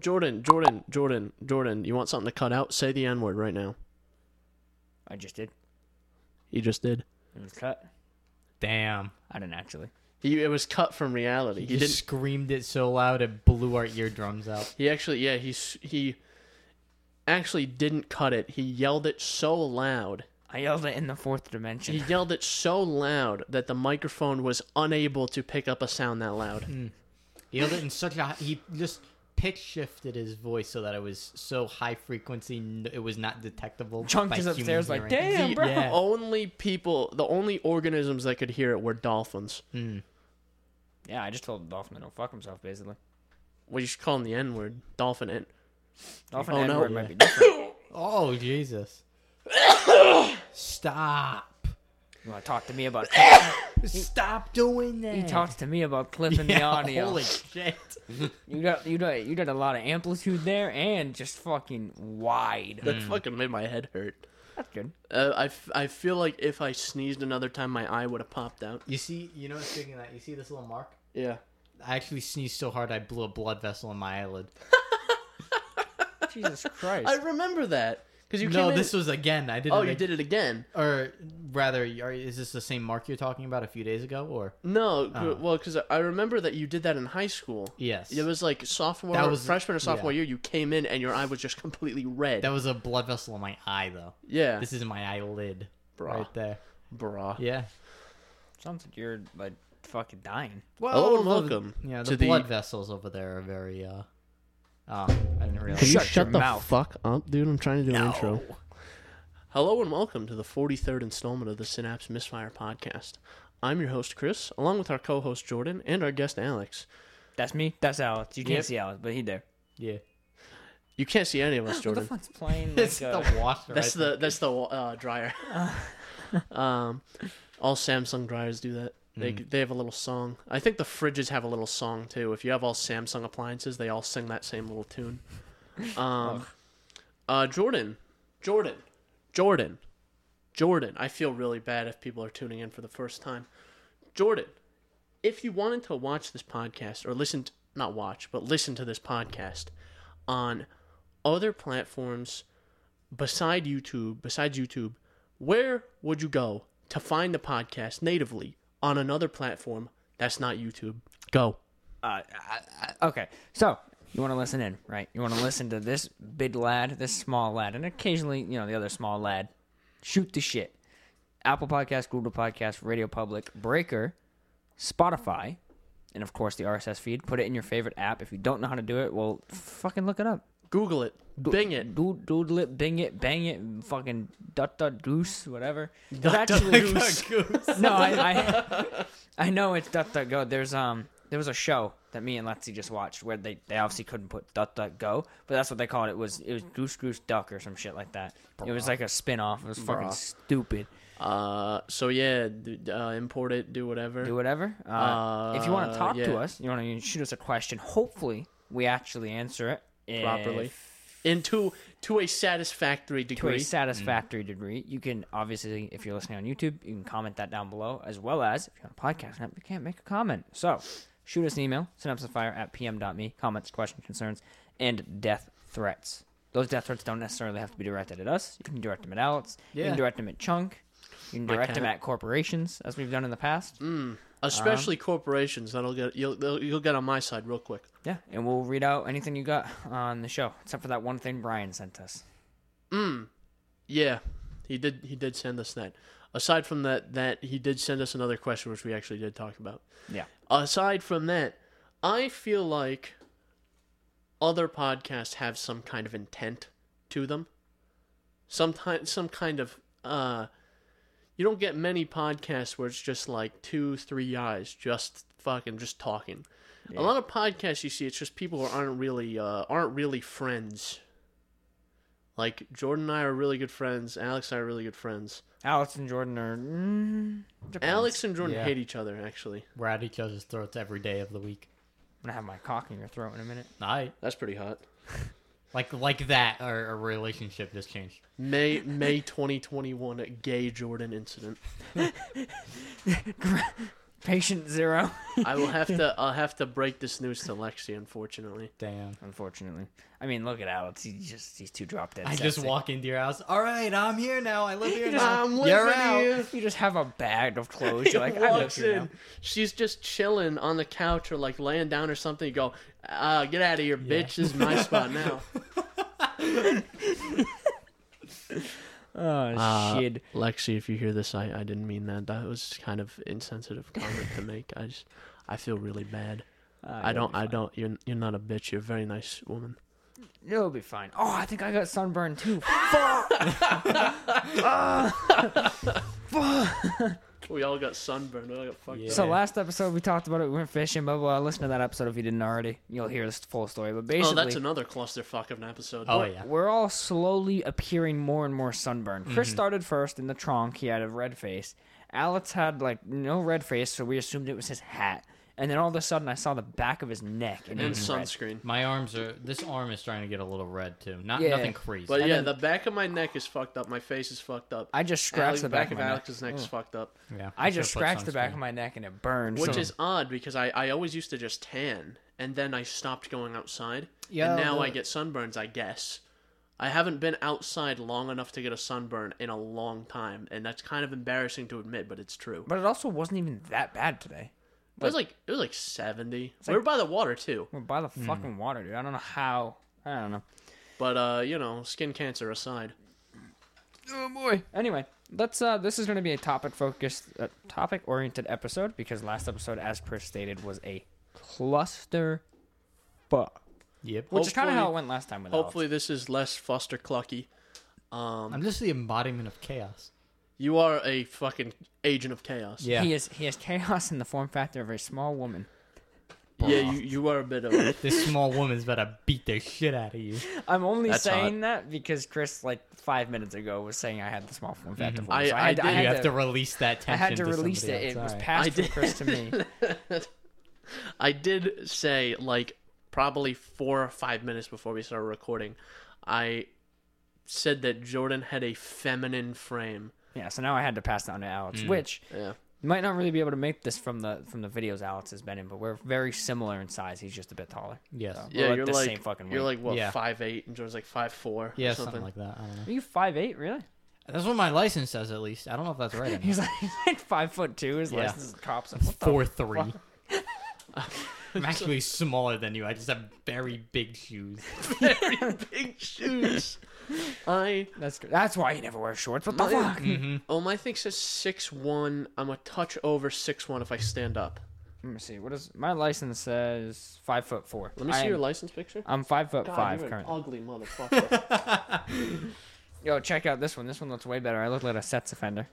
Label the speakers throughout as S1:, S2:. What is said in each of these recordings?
S1: Jordan, Jordan, Jordan, Jordan, you want something to cut out? Say the N word right now.
S2: I just did.
S1: He just did.
S2: It was cut.
S3: Damn.
S2: I didn't actually.
S1: He it was cut from reality. He
S3: You
S1: didn't.
S3: screamed it so loud it blew our eardrums out.
S1: He actually, yeah, he s- he actually didn't cut it. He yelled it so loud.
S2: I yelled it in the fourth dimension.
S1: He yelled it so loud that the microphone was unable to pick up a sound that loud.
S3: He yelled it in such a he just pitch shifted his voice so that it was so high frequency n- it was not detectable.
S2: Chunk
S3: by
S2: is
S3: human
S2: upstairs like,
S3: hearing.
S2: damn,
S1: The
S2: bro.
S3: Yeah.
S1: only people, the only organisms that could hear it were dolphins.
S2: Yeah, I just told the Dolphin to go fuck himself, basically.
S1: We should call them the N word, dolphin N.
S2: Dolphin
S1: Oh,
S2: oh,
S1: no.
S2: might be different.
S3: Oh Jesus! Stop!
S2: You want to talk to me about
S3: Stop doing that!
S2: He talks to me about clipping the
S3: Yeah,
S2: audio.
S3: Holy shit!
S2: You got you got you got a lot of amplitude there and just fucking wide.
S1: That fucking made my head hurt.
S2: That's good.
S1: Uh, I, f- I feel like if I sneezed another time, my eye would have popped out.
S3: You see, you know, speaking of that, you see this little mark?
S1: Yeah.
S3: I actually sneezed so hard I blew a blood vessel in my eyelid.
S2: Jesus Christ.
S1: I remember that. Because you
S3: No,
S1: came
S3: this
S1: in,
S3: was again. I did.
S1: Oh,
S3: it
S1: you
S3: ag-
S1: did it again.
S3: Or rather, are, is this the same mark you're talking about a few days ago? Or
S1: No, well, 'cause well, because I remember that you did that in high school.
S3: Uh-huh. yes,
S1: It was like sophomore,
S3: That was-
S1: freshman or sophomore
S3: yeah.
S1: year. You came in and your eye was just completely red.
S3: that was a blood vessel in my eye though.
S1: yeah,
S3: This is my eyelid
S1: Bruh.
S3: right there.
S1: brah.
S3: Yeah.
S2: Sounds like you're like fucking dying.
S3: Well,
S1: Hello and welcome
S3: Yeah,
S1: to
S3: the
S1: the-
S3: blood vessels over there are very. uh Oh, I didn't
S1: Can
S3: realize.
S1: you
S2: Shut
S1: shut
S2: your
S1: the
S2: mouth.
S1: fuck up, dude? I'm trying to do an intro. Hello and welcome to the 43rd installment of the Synapse Misfire podcast. I'm your host Chris, along with our co-host Jordan and our guest Alex.
S2: That's me. That's Alex. You can't
S3: Yep.
S2: see Alex, but he there.
S3: Yeah,
S1: You can't see any of us,
S2: What the
S1: Jordan.
S2: fuck's playing? Like,
S3: it's
S2: uh,
S3: the washer.
S1: That's
S3: I think.
S1: the that's the uh, dryer. um, all Samsung dryers do that. They they have a little song. I think the fridges have a little song too. If you have all Samsung appliances, they all sing that same little tune. Um, uh, Jordan, Jordan, Jordan, Jordan. I feel really bad if people are tuning in for the first time. Jordan, if you wanted to watch this podcast or listen, to, not watch, but listen to this podcast on other platforms beside YouTube, besides YouTube, where would you go to find the podcast natively on another platform that's not YouTube? Go.
S2: uh, I- I- okay, so you want to listen in, right? You want to listen to this big lad, this small lad, and occasionally, you know, the other small lad. Shoot the shit. Apple Podcast, Google Podcast, Radio Public, Breaker, Spotify, and of course the RSS feed. Put it in your favorite app. If you don't know how to do it, well, fucking look it up.
S1: Google it. Bing it.
S2: Dood- Doodle it, bing it, bang it, fucking dot dot goose, whatever. There's
S1: Duck,
S2: actually-
S1: duck, goose.
S2: no, I, I I know it's DuckDuckGo. There's um there was a show that me and Lexi just watched where they, they obviously couldn't put DuckDuckGo, but that's what they called it. It was it was Goose Goose Duck or some shit like that. It was like a spin off. It was fucking
S1: Bruh.
S2: stupid.
S1: Uh, so yeah, d- uh, import it, do whatever.
S2: Do whatever. Uh, if you want
S1: Uh,
S2: to talk
S1: yeah.
S2: to us, you want to shoot us a question. Hopefully, we actually answer it if-
S1: properly. Into to a satisfactory
S2: to a
S1: degree.
S2: satisfactory degree. You can obviously, if you're listening on YouTube, you can comment that down below, as well as if you're on a podcast app, you can't make a comment. So shoot us an email, synapsefire at pm.me, comments, questions, concerns, and death threats. Those death threats don't necessarily have to be directed at us. You can direct them at Alex. You
S3: Yeah.
S2: can direct them at Chunk. You can direct them
S1: cat.
S2: at corporations, as we've done in the past. uh-huh.
S1: Especially corporations. That'll get you'll they'll- you'll get on my side real quick.
S2: Yeah, and we'll read out anything you got on the show, except for that one thing Brian sent us.
S1: Yeah, he did. He did send us that. Aside from that, that he did send us another question, which we actually did talk about.
S2: Yeah.
S1: aside from that, I feel like other podcasts have some kind of intent to them. Sometimes some kind of uh you don't get many podcasts where it's just like two, three guys just fucking just talking. A lot of podcasts you see it's just people who aren't really uh aren't really friends. Like Jordan and I are really good friends, Alex and I are really good friends.
S2: Alex and Jordan are. Mm, depends.
S1: Alex and Jordan
S3: Yeah.
S1: hate each other actually.
S3: We're at each other's throats every day of the week.
S2: I'm going to have my cock in your throat in a minute.
S3: I
S1: That's pretty hot.
S3: like like that. Our, our relationship just changed.
S1: May May 2021 gay Jordan incident.
S2: Patient zero.
S1: I will have to. I'll have to break this news to Lexi, unfortunately.
S3: Damn.
S2: Unfortunately, I mean, look at Alex. He's just he's too drop dead.
S3: I just
S2: sexy.
S3: walk into your house. All right, I'm here now. I live here now.
S1: I'm
S3: You're
S1: living
S3: out.
S1: here.
S2: You just have a bag of clothes.
S1: She
S2: You're like, I live
S1: walks
S2: here
S1: in.
S2: now.
S1: She's just chilling on the couch or like laying down or something. You go, uh, get out of here, bitch. This is my spot now.
S2: Oh
S3: Uh,
S2: shit!
S1: Lexi, if you hear this, I, I didn't mean that. That was kind of insensitive comment to make. I just I feel really bad. I don't I don't you're you're not a bitch. You're a very nice woman.
S2: It'll be fine. Oh, I think I got sunburned too.
S1: We all got sunburned. We all got fucked.
S3: Yeah.
S1: up.
S2: So last episode we talked about it. We went fishing, blah blah. blah. Listen to that episode if you didn't already. You'll hear this full story. But basically,
S1: Oh, that's another clusterfuck of an episode.
S3: Oh yeah.
S2: we're all slowly appearing more and more sunburned. Chris started first in the trunk. He had a red face. Alex had like no red face, so we assumed it was his hat. And then all of a sudden, I saw the back of his neck, and, it
S1: and
S2: was red.
S1: sunscreen.
S3: My arms are. This arm is starting to get a little red too. Not
S2: Yeah.
S3: nothing crazy.
S1: But yeah,
S2: then-
S1: the back of my neck is fucked up. My face is fucked up.
S2: I just scratched
S1: Alex-
S2: the back,
S1: of
S2: of my neck.
S1: Alex's neck is fucked up,
S3: yeah,
S2: I just scratched the back of my neck, and it burned.
S1: which
S2: so-
S1: is odd because I, I always used to just tan, and then I stopped going outside.
S3: Yeah,
S1: and now
S3: the-
S1: I get sunburns. I guess I haven't been outside long enough to get a sunburn in a long time, and that's kind of embarrassing to admit, but it's true.
S2: but it also wasn't even that bad today.
S1: it was like it was like seventy. we were by the water too,
S2: We're by the fucking water, dude. I don't know how. I don't know.
S1: but uh, you know, skin cancer aside.
S2: Oh boy. Anyway, let's. Uh, this is going to be a topic focused, uh, topic oriented episode because last episode, as per stated, was a cluster fuck,
S3: Yep.
S2: which is kind of how
S1: Hopefully-
S2: it went last time. With
S1: Hopefully, this is less Foster Clucky.
S3: I'm just the embodiment of chaos.
S1: You are a fucking agent of chaos.
S2: Alex.
S3: Yeah.
S2: he is he has chaos in the form factor of a small woman.
S1: Yeah, you, you are a bit of a
S3: this small woman's about to beat the shit out of you.
S2: I'm only
S1: That's
S2: saying that because Chris, like five minutes ago, was saying I had the small form factor. Voice.
S1: I-
S2: So
S1: I
S2: had,
S1: did.
S2: had
S3: You have to release that
S2: I
S3: tension.
S2: had to release it.
S3: somebody
S2: It
S3: else.
S2: was
S3: All right.
S2: passed
S1: I
S2: from
S1: did.
S2: Chris to me.
S1: I did say like probably four or five minutes before we started recording, I said that Jordan had a feminine frame.
S2: Yeah, so now I had to pass it on to Alex, which
S1: Yeah.
S2: you might not really be able to make this from the from the videos Alex has been in, but we're very similar in size. He's just a bit taller.
S3: Yes.
S2: We're
S1: yeah,
S2: like
S1: you're
S2: the
S1: like
S2: same fucking
S1: you're
S2: weight.
S1: like what
S3: Yeah.
S1: five eight and Jordan's like five four.
S3: Yeah,
S1: or
S3: something.
S1: something.
S3: like that. I don't know.
S2: Are you five eight? Really?
S3: That's what my license says, at least. I don't know if that's right. Or not.
S2: He's like, he's like five foot two. His
S3: Yeah.
S2: license is cops. What the
S3: four three. I'm actually smaller than you. I just have very big shoes.
S1: Very big shoes. I
S2: That's good. That's why he never wears shorts. What the fuck?
S1: oh my thing says six one. I'm a touch over six one if I stand up.
S2: Let me see. What is my license says? Five foot four.
S1: Let me see
S2: I'm,
S1: your license picture.
S2: I'm five foot
S1: God,
S2: five
S1: you're an
S2: currently.
S1: ugly motherfucker.
S2: Yo, check out this one. This one looks way better. I look like a sex offender.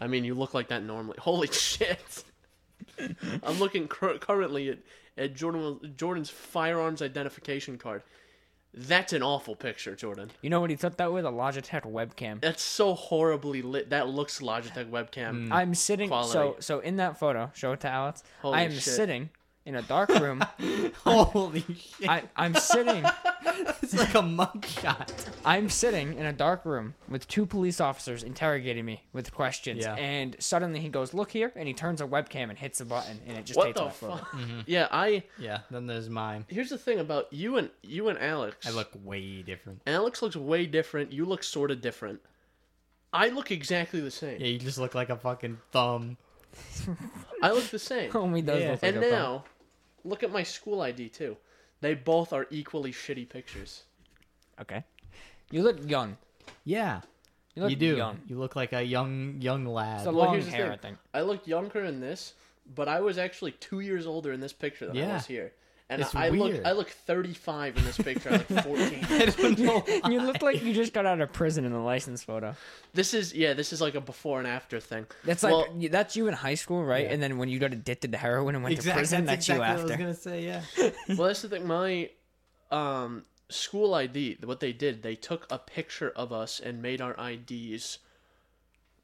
S1: I mean, you look like that normally. Holy shit! I'm looking cur- currently at, at Jordan Jordan's firearms identification card. That's an awful picture, Jordan.
S2: You know what he took that with? A Logitech webcam.
S1: That's so horribly lit. That looks Logitech
S3: Mm.
S1: webcam.
S2: I'm sitting. So
S1: Quality.
S2: so in that photo, show it to Alex.
S1: Holy
S2: I am
S1: shit.
S2: sitting in a dark room.
S3: Holy shit!
S2: I, I'm sitting.
S3: It's like a mugshot.
S2: I'm sitting in a dark room with two police officers interrogating me with questions,
S3: Yeah.
S2: and suddenly he goes, "Look here!" and he turns a webcam and hits a button, and it just
S1: what
S2: takes
S1: the
S2: my photo.
S1: fuck?
S3: Mm-hmm.
S1: Yeah, I.
S3: Yeah. Then there's mine.
S1: Here's the thing about you and you and Alex.
S3: I look way different.
S1: Alex looks way different. You look sort of different. I look exactly the same.
S3: Yeah, you just look like a fucking thumb.
S1: I look the same.
S3: Oh
S2: Homie does
S3: Yeah.
S2: look like
S1: and
S2: a bum.
S1: now, look at my school ID too. They both are equally shitty pictures.
S2: okay, you look young.
S3: Yeah.
S2: You look
S3: you do.
S2: young.
S3: You look like a young young lad.
S2: It's a
S1: Well,
S2: long
S1: here's the
S2: hair,
S1: thing.
S2: I think.
S1: I looked younger in this, but I was actually two years older in this picture than I
S3: Yeah.
S1: was here. And
S3: It's
S1: I look
S3: weird.
S1: I look 35 in this picture. I look 14.
S3: I don't know.
S2: You look like you just got out of prison in the license photo.
S1: this is yeah, this is like a before and after thing.
S2: That's like
S1: Well,
S2: you- that's you in high school, right?
S3: Yeah.
S2: And then when you got addicted to heroin and went to prison, that's,
S3: exactly
S2: you
S3: what I was
S2: after.
S3: gonna say. Yeah.
S1: well, that's the thing. My um, school ID, what they did, they took a picture of us and made our IDs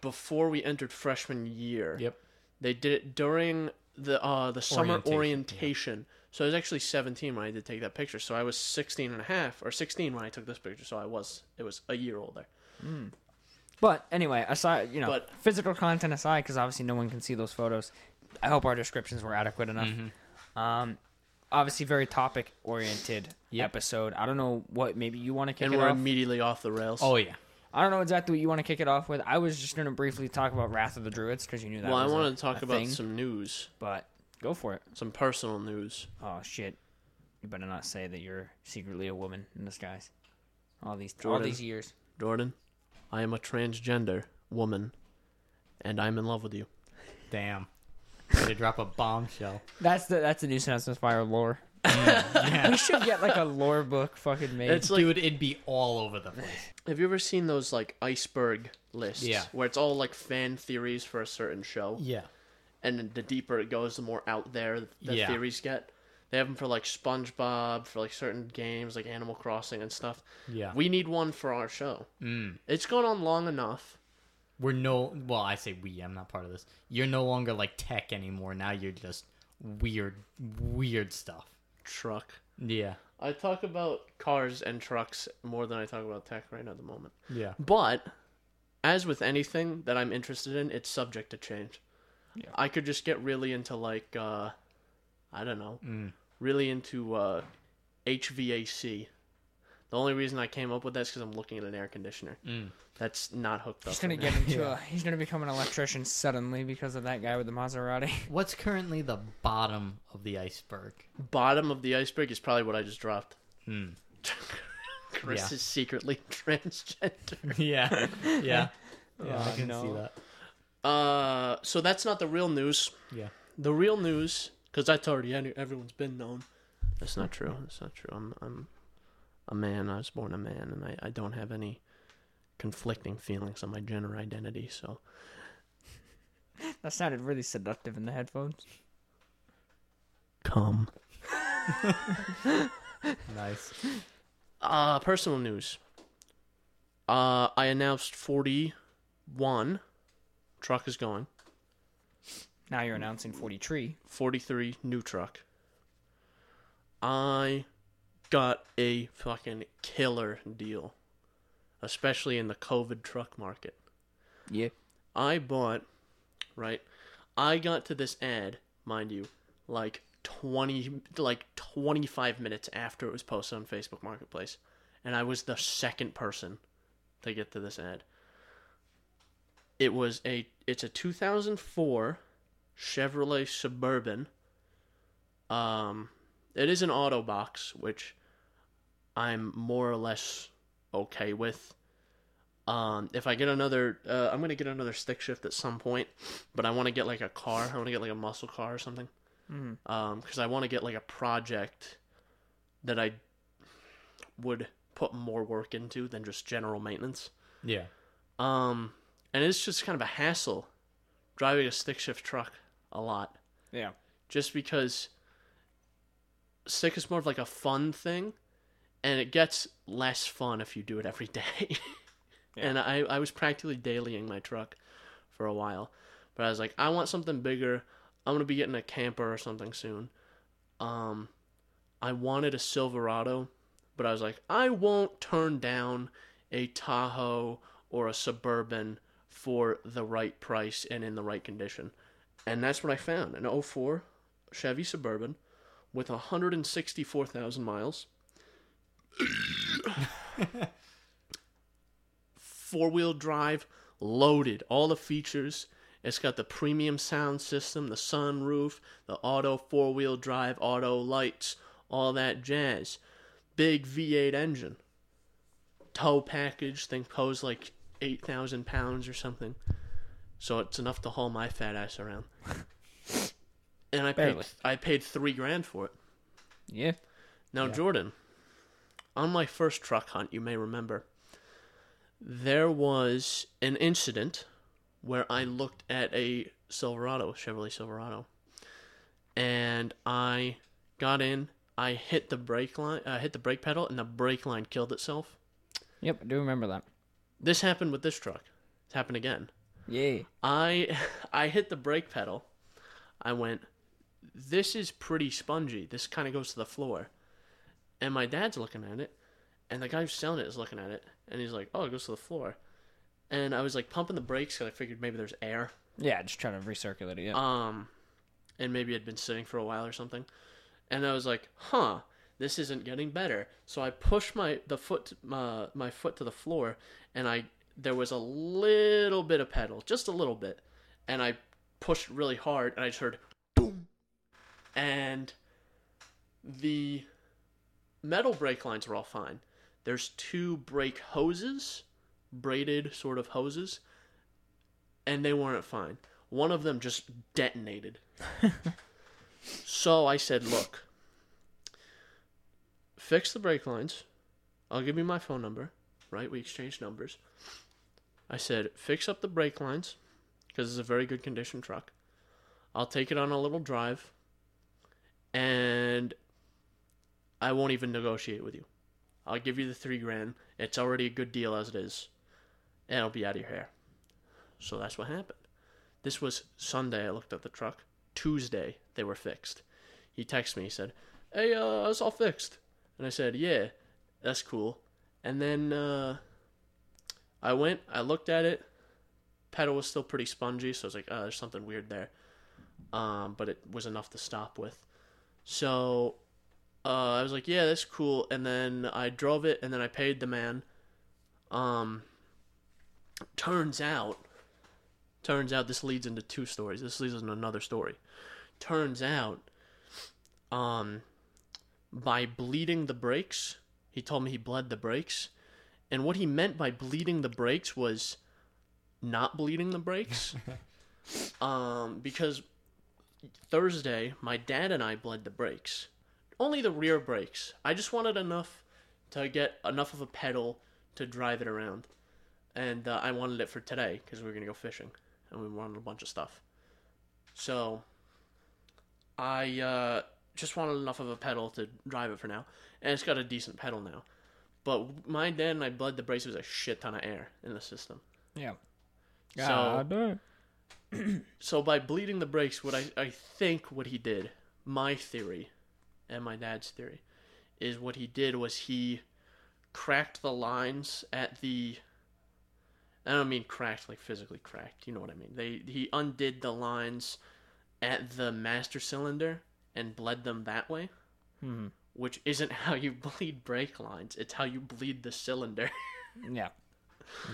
S1: before we entered freshman year.
S3: Yep.
S1: They did it during the uh, the summer
S3: Orientation,
S1: orientation.
S3: yeah.
S1: So I was actually 17 when I did take that picture. So I was 16 and a half, or 16 when I took this picture. So I was it was a year older.
S2: But anyway, aside, you know,
S1: But-
S2: physical content aside, because obviously no one can see those photos. I hope our descriptions were adequate enough. Um, obviously, very topic oriented
S3: Yep.
S2: episode. I don't know what maybe you want to kick
S1: and
S2: it
S1: we're
S2: off.
S1: immediately off the rails.
S3: Oh yeah.
S2: I don't know exactly what you want to kick it off with. I was just going to briefly talk about Wrath of the Druids because you knew that.
S1: well, I
S2: was a-
S1: wanted to talk
S2: a
S1: about
S2: thing,
S1: some news,
S2: but go for it.
S1: some personal news.
S2: Oh shit! You better not say that you're secretly a woman in disguise. All these all
S1: Jordan.
S2: these years.
S1: Jordan, I am a transgender woman, and I'm in love with you.
S3: Damn. Way to drop a bombshell.
S2: That's the that's the new Sense of Fire lore.
S3: Yeah.
S2: We should get like a lore book fucking made.
S1: It's like,
S3: Dude, it'd be all over the place.
S1: have you ever seen those like iceberg lists?
S3: Yeah.
S1: Where it's all like fan theories for a certain show,
S3: Yeah.
S1: and the deeper it goes, the more out there the
S3: Yeah.
S1: theories get. They have them for like SpongeBob, for like certain games like Animal Crossing and stuff.
S3: Yeah. Mm.
S1: We need one for our show. It's gone on long enough.
S3: We're no well, I say we, I'm not part of this. You're no longer like tech anymore. Now you're just weird weird stuff.
S1: Truck.
S3: Yeah.
S1: I talk about cars and trucks more than I talk about tech right now at the moment.
S3: Yeah.
S1: But as with anything that I'm interested in, it's subject to change. I could just get really into like uh I don't know.
S2: Mm.
S1: Really into uh HVAC. The only reason I came up with that is because I'm looking at an air conditioner. That's not hooked up.
S2: He's Mm. gonna
S1: right now.
S2: get into a. He's gonna become an electrician suddenly because of that guy with the Maserati.
S3: What's currently the bottom of the iceberg?
S1: Bottom of the iceberg is probably what I just dropped.
S3: Hmm.
S1: Chris
S3: Yeah.
S1: is secretly transgender.
S3: Yeah. Yeah. Yeah,
S2: Oh,
S3: I can see
S2: no.
S3: that.
S1: Uh, so that's not the real news.
S3: Yeah.
S1: The real news, because that's already any- everyone's been known. That's not true. That's not true. I'm I'm a man. I was born a man, and I, I don't have any conflicting feelings on my gender identity. So
S2: That sounded really seductive in the headphones.
S1: come.
S3: Nice.
S1: Uh, personal news. Uh, I announced forty one. Truck is going.
S2: Now you're announcing 40 tree.
S1: 43 new truck. I got a fucking killer deal, especially in the COVID truck market.
S2: Yeah.
S1: I bought, right? I got to this ad, mind you, like 20 like 25 minutes after it was posted on Facebook Marketplace, and I was the second person to get to this ad. It was a it's a 2004 Chevrolet Suburban. Um it is an auto box, which I'm more or less okay with. Um, if I get another, uh, I'm gonna get another stick shift at some point, but I want to get like a car. I want to get like a muscle car or something,
S2: Mhm.
S1: because I want to get like a project that I would put more work into than just general maintenance.
S3: Yeah.
S1: Um, and it's just kind of a hassle driving a stick shift truck a lot
S2: Yeah.
S1: just because stick is more of like a fun thing and it gets less fun if you do it every day and I, I was practically dailying my truck for a while but i was like i want something bigger i'm going to be getting a camper or something soon um i wanted a silverado but i was like i won't turn down a tahoe or a suburban for the right price and in the right condition and that's what I found an 04 Chevy Suburban with 164,000 miles. Four wheel drive, loaded, all the features. It's got the premium sound system, the sunroof, the auto four wheel drive, auto lights, all that jazz. Big V8 engine. Tow package, thing pose like 8,000 pounds or something. So it's enough to haul my fat ass around. And I paid,
S2: Barely.
S1: I paid three grand for it.
S2: Yeah.
S1: Now, Jordan, on my first truck hunt, you may remember, there was an incident where I looked at a Silverado, Chevrolet Silverado, and I got in. I hit the brake line, uh, hit the brake pedal, and the brake line killed itself.
S2: Yep. I do remember that.
S1: This happened with this truck. It happened again.
S2: Yeah.
S1: I I hit the brake pedal. I went, this is pretty spongy. This kind of goes to the floor. And my dad's looking at it, and the guy who's selling it is looking at it, and he's like, oh, it goes to the floor. And I was like pumping the brakes because I figured maybe there's air.
S2: Uh, Yeah. Just trying to recirculate it. Yeah.
S1: Um, and maybe had been sitting for a while or something. And I was like, "Huh, this isn't getting better." So I pushed my the foot my, my foot to the floor, and I there was a little bit of pedal, just a little bit, and I pushed really hard, and I just heard boom, and the metal brake lines are all fine. There's two brake hoses, braided sort of hoses, and they weren't fine. One of them just detonated. so I said, Look, fix the brake lines. I'll give you my phone number, right? We exchanged numbers. I said, Fix up the brake lines because it's a very good condition truck. I'll take it on a little drive and I won't even negotiate with you. I'll give you the three grand. It's already a good deal as it is, and it'll be out of your hair. So that's what happened. This was Sunday. I looked at the truck. Tuesday they were fixed. He texted me. He said, "Hey, uh, it's all fixed." And I said, "Yeah, that's cool." And then uh, I went. I looked at it. Pedal was still pretty spongy, so I was like, "Oh, there's something weird there." Um, but it was enough to stop with. So uh, I was like, yeah, that's cool. And then I drove it, and then I paid the man. Um, turns out, turns out this leads into two stories. This leads into another story. Turns out, um, by bleeding the brakes, he told me he bled the brakes, and what he meant by bleeding the brakes was not bleeding the brakes, um, because Thursday, my dad and I bled the brakes. Only the rear brakes. I just wanted enough to get enough of a pedal to drive it around. And uh, I wanted it for today because we were going to go fishing and we wanted a bunch of stuff. So I uh, just wanted enough of a pedal to drive it for now. And it's got a decent pedal now. But my dad and I bled the brakes. There was a shit ton of air in the system.
S2: Yeah.
S1: So-
S2: God damn.
S1: So by bleeding the brakes, what I, I think what he did, my theory, and my dad's theory, is what he did was he cracked the lines at the. I don't mean cracked like physically cracked. You know what I mean. They he undid the lines at the master cylinder and bled them that way,
S2: Mhm.
S1: which isn't how you bleed brake lines. It's how you bleed the cylinder.
S2: Yeah.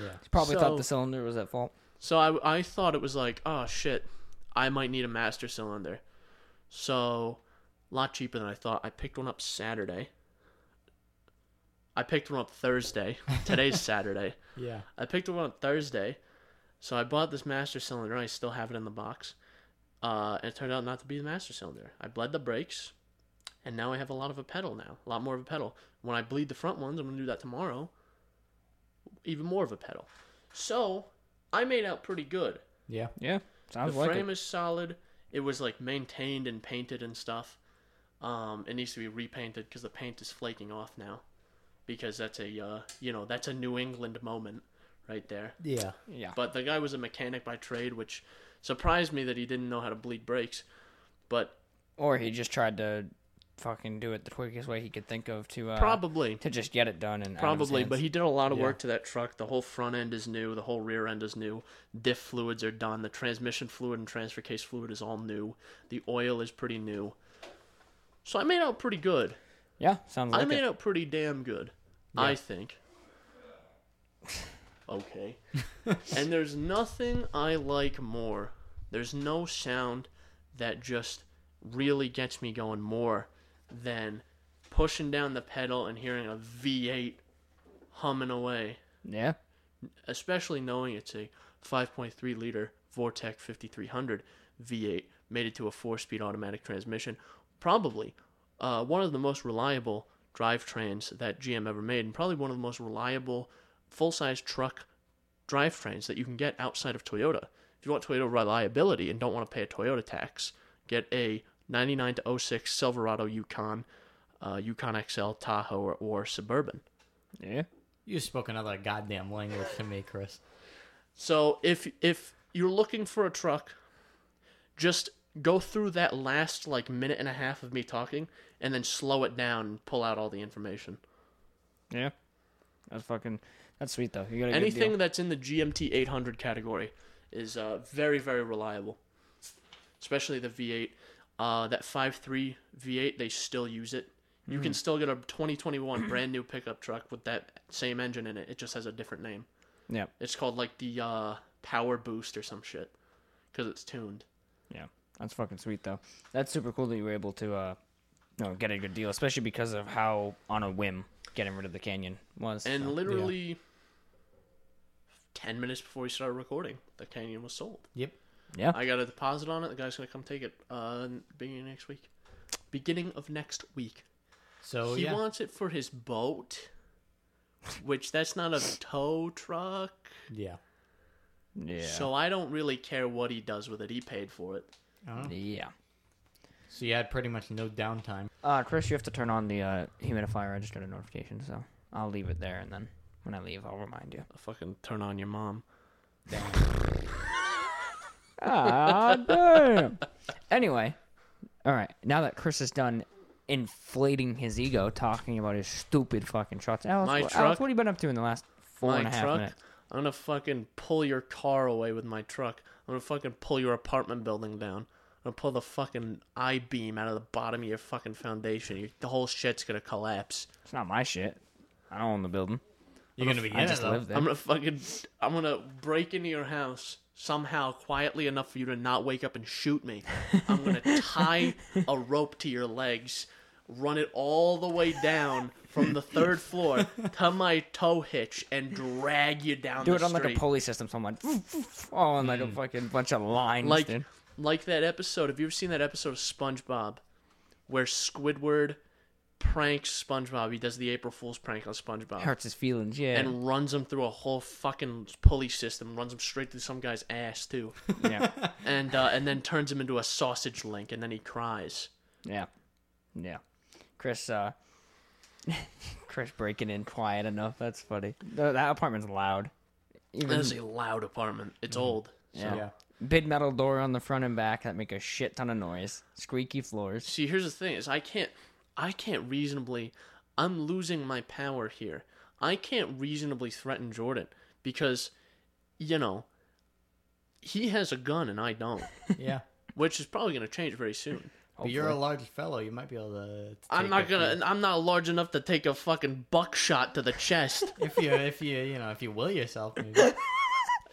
S3: Yeah.
S2: Probably thought
S1: So-
S2: the cylinder was at fault.
S1: So I, I thought it was like, oh shit, I might need a master cylinder. So, a lot cheaper than I thought. I picked one up Saturday. I picked one up Thursday. Today's Saturday.
S3: Yeah.
S1: I picked one up Thursday. So I bought this master cylinder. I still have it in the box. Uh, and it turned out not to be the master cylinder. I bled the brakes. And now I have a lot of a pedal now. A lot more of a pedal. When I bleed the front ones, I'm going to do that tomorrow. Even more of a pedal. So I made out pretty good.
S3: Yeah.
S2: Yeah. Sounds
S1: the
S2: like
S1: frame
S2: it.
S1: is solid. It was like maintained and painted and stuff. Um, it needs to be repainted because the paint is flaking off now. Because that's a uh, you know that's a New England moment right there.
S3: Yeah.
S2: yeah.
S1: But the guy was a mechanic by trade, which surprised me that he didn't know how to bleed brakes. But
S2: Or he just tried to fucking do it the quickest way he could think of to uh,
S1: probably,
S2: to just get it done and out of his
S1: probably. But
S2: hands.
S1: he did a lot of
S3: Yeah.
S1: work to that truck. The whole front end is new. The whole rear end is new. Diff fluids are done. The transmission fluid and transfer case fluid is all new. The oil is pretty new. So I made out pretty good.
S2: yeah, sounds
S1: I
S2: like
S1: made
S2: it.
S1: out pretty damn good, I think. Okay. and there's nothing I like more. There's no sound that just really gets me going more than pushing down the pedal and hearing a V8 humming away,
S2: Yeah.
S1: especially knowing it's a 5.3 liter Vortec 5300 V8 made it to a four speed automatic transmission. Probably uh, one of the most reliable drivetrains that GM ever made, and probably one of the most reliable full size truck drivetrains that you can get outside of Toyota. If you want Toyota reliability and don't want to pay a Toyota tax, get a 99 to 06 Silverado Yukon, uh, Yukon XL, Tahoe, or, or Suburban.
S2: Yeah.
S3: You spoke another goddamn language to me, Chris.
S1: So if if you're looking for a truck, just go through that last like minute and a half of me talking, and then slow it down and pull out all the information.
S2: Yeah. That's fucking that's sweet though. You got a
S1: Anything
S2: good
S1: that's in the GMT 800 category is uh, very very reliable. especially the V8. Uh, that 5.3 V8, they still use it. You can still get a 2021 brand new pickup truck with that same engine in it. It just has a different name.
S2: Yeah.
S1: It's called like the uh, Power Boost or some shit because it's tuned.
S2: Yeah, that's fucking sweet though. That's super cool that you were able to, uh, you know, get a good deal, especially because of how on a whim getting rid of the canyon was.
S1: And
S2: so,
S1: literally 10 minutes before we started recording, the Canyon was sold.
S3: Yep.
S2: yeah,
S1: I got a deposit on it. The guy's going to come take it uh, beginning of next week. Beginning of next week.
S3: So
S1: he
S3: yeah.
S1: wants it for his boat, which that's not a tow truck.
S3: yeah.
S2: yeah,
S1: So I don't really care what he does with it. He paid for it.
S3: Oh.
S2: yeah.
S3: So you had pretty much no downtime.
S2: Uh, Chris, you have to turn on the uh, humidifier. I just got a notification, so I'll leave it there, and then when I leave, I'll remind you.
S1: Fucking turn on your mom.
S2: ah, damn. Anyway, all right. Now that Chris is done inflating his ego, talking about his stupid fucking trucks, Alex,
S1: My
S2: what,
S1: truck-
S2: Alex, what have you been up to in the last four
S1: My
S2: and a half
S1: truck.
S2: minutes?
S1: I'm gonna fucking pull your car away with my truck. I'm gonna fucking pull your apartment building down. I'm gonna pull the fucking I beam out of the bottom of your fucking foundation. Your, the whole shit's gonna collapse.
S2: It's not my shit. I don't own the building.
S3: You're gonna be
S2: I
S3: in it
S2: just
S3: though.
S2: live there.
S1: I'm gonna fucking I'm gonna break into your house somehow quietly enough for you to not wake up and shoot me. I'm gonna tie a rope to your legs, run it all the way down from the third floor to my toe hitch, and drag you down.
S2: do
S1: the
S2: it on like a
S1: street. Hmm.
S2: pulley system, so I'm like, oh, and like a fucking bunch of lines.
S1: like
S2: dude.
S1: like that episode. Have you ever seen that episode of SpongeBob where Squidward pranks SpongeBob? He does the April Fool's prank on SpongeBob.
S2: hurts his feelings. Yeah,
S1: and runs him through a whole fucking pulley system, runs him straight through some guy's ass too,
S2: yeah,
S1: and uh, and then turns him into a sausage link, and then he cries.
S2: yeah, yeah. Chris, uh, Chris breaking in quiet enough. That's funny. Th- that apartment's loud.
S1: That
S2: Even
S1: is a loud apartment. It's old.
S2: yeah.
S3: Yeah.
S2: Big metal door on the front and back that make a shit ton of noise. Squeaky floors.
S1: See, here's the thing: is I can't, I can't reasonably, I'm losing my power here. I can't reasonably threaten Jordan because, you know, he has a gun and I don't,
S3: Yeah.
S1: which is probably going to change very soon.
S3: But you're a large fellow. You might be able to. to
S1: I'm
S3: take
S1: not
S3: a
S1: gonna. I'm not large enough to take a fucking buckshot to the chest.
S3: few- If you, if you, you know, if you will yourself, maybe.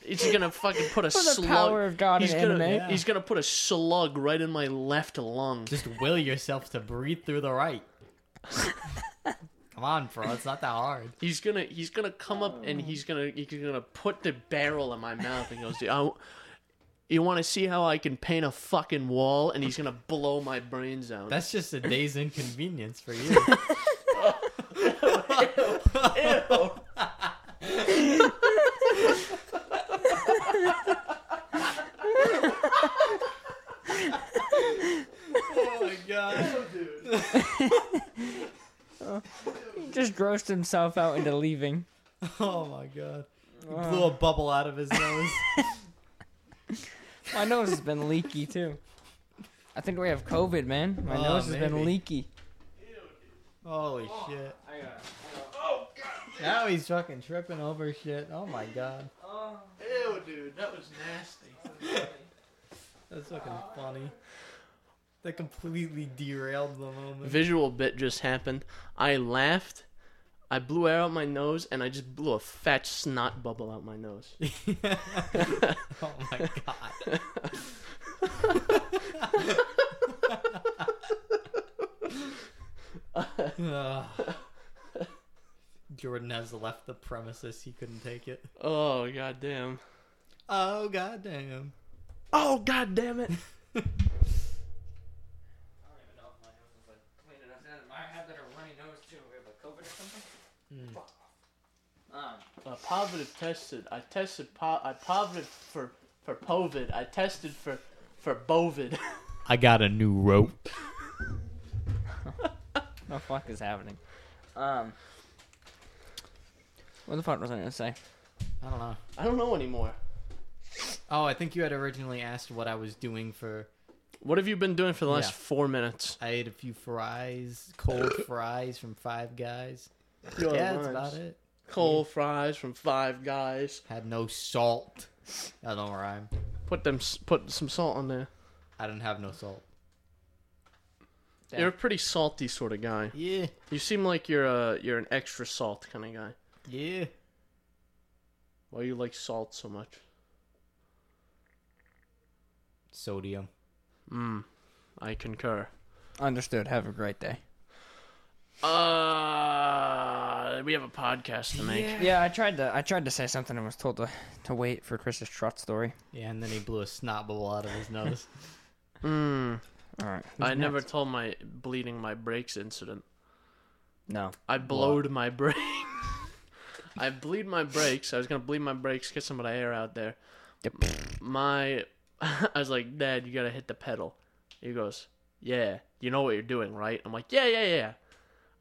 S1: He's gonna fucking put a
S2: the
S1: slug.
S2: power of God
S1: he's
S2: in
S1: gonna,
S2: anime.
S3: Yeah.
S1: He's gonna put a slug right in my left lung.
S3: just will yourself to breathe through the right. Come on, bro. It's not that hard.
S1: He's gonna he's gonna come up and he's gonna he's gonna put the barrel in my mouth and goes, I, "You want to see how I can paint a fucking wall?" And he's gonna blow my brains out.
S3: That's just a day's inconvenience for you. oh my god.
S2: He just grossed himself out into leaving.
S3: Oh my god. He blew a bubble out of his nose.
S2: My nose has been leaky too. I think we have COVID, man. My
S3: Oh,
S2: nose has been
S3: maybe.
S2: leaky.
S3: Holy shit. Now he's fucking tripping over shit. Oh my god.
S1: Ew, dude, that was nasty.
S3: That's fucking funny. That completely derailed the moment.
S1: Visual bit just happened. I laughed. I blew air out my nose and I just blew a fat snot bubble out my nose.
S3: Oh my god. Ugh. Jordan has left the premises. He couldn't take it.
S1: Oh goddamn!
S3: Oh goddamn.
S1: Oh goddamn it!
S3: Hmm.
S1: uh, positive tested. I tested po- I positive for for COVID. I tested for for bovid.
S3: I got a new rope.
S2: What the fuck is happening? Um, what the fuck was I gonna say?
S3: I don't know.
S1: I don't know anymore.
S3: Oh, I think you had originally asked what I was doing for.
S1: What have you been doing for the last
S3: Yeah.
S1: four minutes?
S3: I ate a few fries, cold fries from Five Guys. yeah, that's about it.
S1: Cold fries from Five Guys.
S3: Had no salt. I don't rhyme.
S1: Put them s- put some salt on there.
S3: I don't have no salt.
S2: Yeah.
S1: You're a pretty salty sort of guy.
S3: Yeah,
S1: You seem like you're a you're an extra salt kind of guy.
S3: yeah.
S1: Why you like salt so much?
S3: Sodium. Hmm.
S1: Mm, I concur.
S2: Understood. Have a great day.
S1: Uh, we have a podcast to make.
S2: Yeah, I tried to I tried to say something and was told to, to wait for Chris's trot story.
S3: Yeah, and then he blew a snot bubble out of his nose.
S1: Mm,
S2: All right.
S1: I never told my bleeding my brakes incident.
S2: No.
S1: I blowed my brakes. I bleed my brakes. I was gonna bleed my brakes, get some of the air out there.
S2: Yep.
S1: My, I was like, Dad, you gotta hit the pedal. He goes, Yeah, you know what you're doing, right? I'm like, Yeah, yeah, yeah.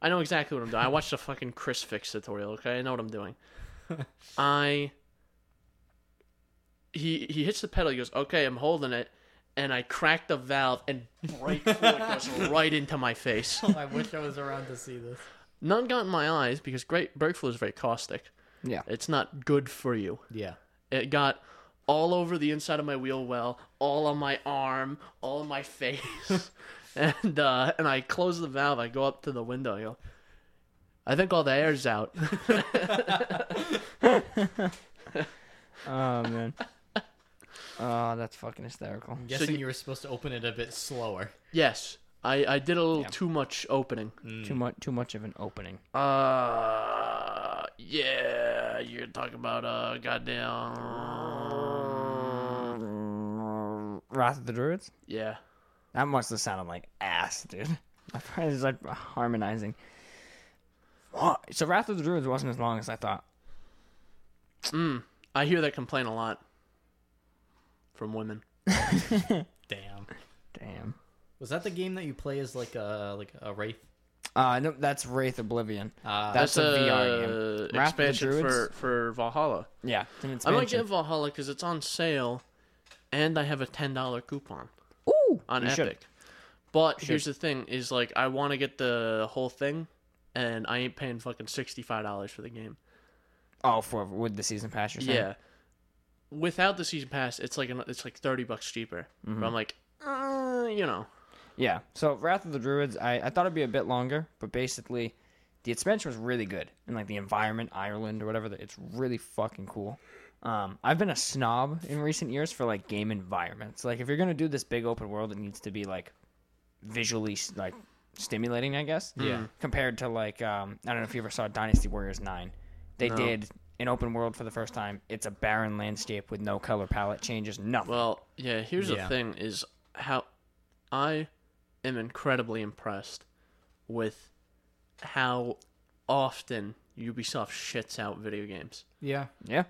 S1: I know exactly what I'm doing. I watched the fucking Chris Fix tutorial. Okay, I know what I'm doing. I. He he hits the pedal. He goes, Okay, I'm holding it, and I crack the valve, and brake fluid goes right into my face.
S3: oh, I wish I was around to see this.
S1: None got in my eyes because great brake fluid is very caustic.
S2: Yeah.
S1: It's not good for you.
S3: Yeah.
S1: It got all over the inside of my wheel well, all on my arm, all on my face. and uh, and I close the valve, I go up to the window, I go, I think all the air's out.
S2: Oh man. oh, that's fucking hysterical.
S3: I'm guessing
S1: you-
S3: you... were supposed to open it a bit slower.
S1: yes. I, I did a little
S2: Yeah. Mm.
S1: too much opening.
S2: Too much too much of an opening.
S1: Uh yeah, you're talking about uh goddamn
S2: Wrath of the Druids?
S1: Yeah.
S2: That must have sounded like ass, dude. I find it's like harmonizing. Oh, so Wrath of the Druids wasn't as long as I thought.
S1: I hear that complaint a lot from women.
S3: Damn.
S2: Damn.
S3: Was that the game that you play as like a like a wraith?
S2: Uh no, that's Wraith Oblivion.
S3: Uh,
S2: That's a VR
S1: uh,
S2: game. Wrath of the
S1: expansion for,
S2: Druids?
S1: for Valhalla.
S2: Yeah, it's an
S1: I might
S2: expansion.
S1: get Valhalla because it's on sale, and I have a ten dollar coupon
S2: Ooh,
S1: on
S2: you
S1: Epic.
S2: should.
S1: But here's the thing: is like I want to get the whole thing, and I ain't paying fucking sixty five dollars for the game.
S2: Oh, for with the season pass, you're saying?
S1: Yeah. Without the season pass, it's like an, it's like thirty bucks cheaper. But I'm like, uh, you know,
S2: Yeah. So Wrath of the Druids, I, I thought it'd be a bit longer, but basically, the expansion was really good, and like the environment, Ireland or whatever, it's really fucking cool. Um, I've been a snob in recent years for like game environments. Like, if you're gonna do this big open world, it needs to be like visually like stimulating, I guess.
S3: Yeah.
S2: Compared to like, um, I don't know if you ever saw Dynasty Warriors Nine. They did an open world for the first time. It's a barren landscape with no color palette changes, nothing.
S1: Well, yeah, here's
S3: Yeah.
S1: the thing is how I am incredibly impressed with how often Ubisoft shits out video games.
S3: yeah.
S2: yeah.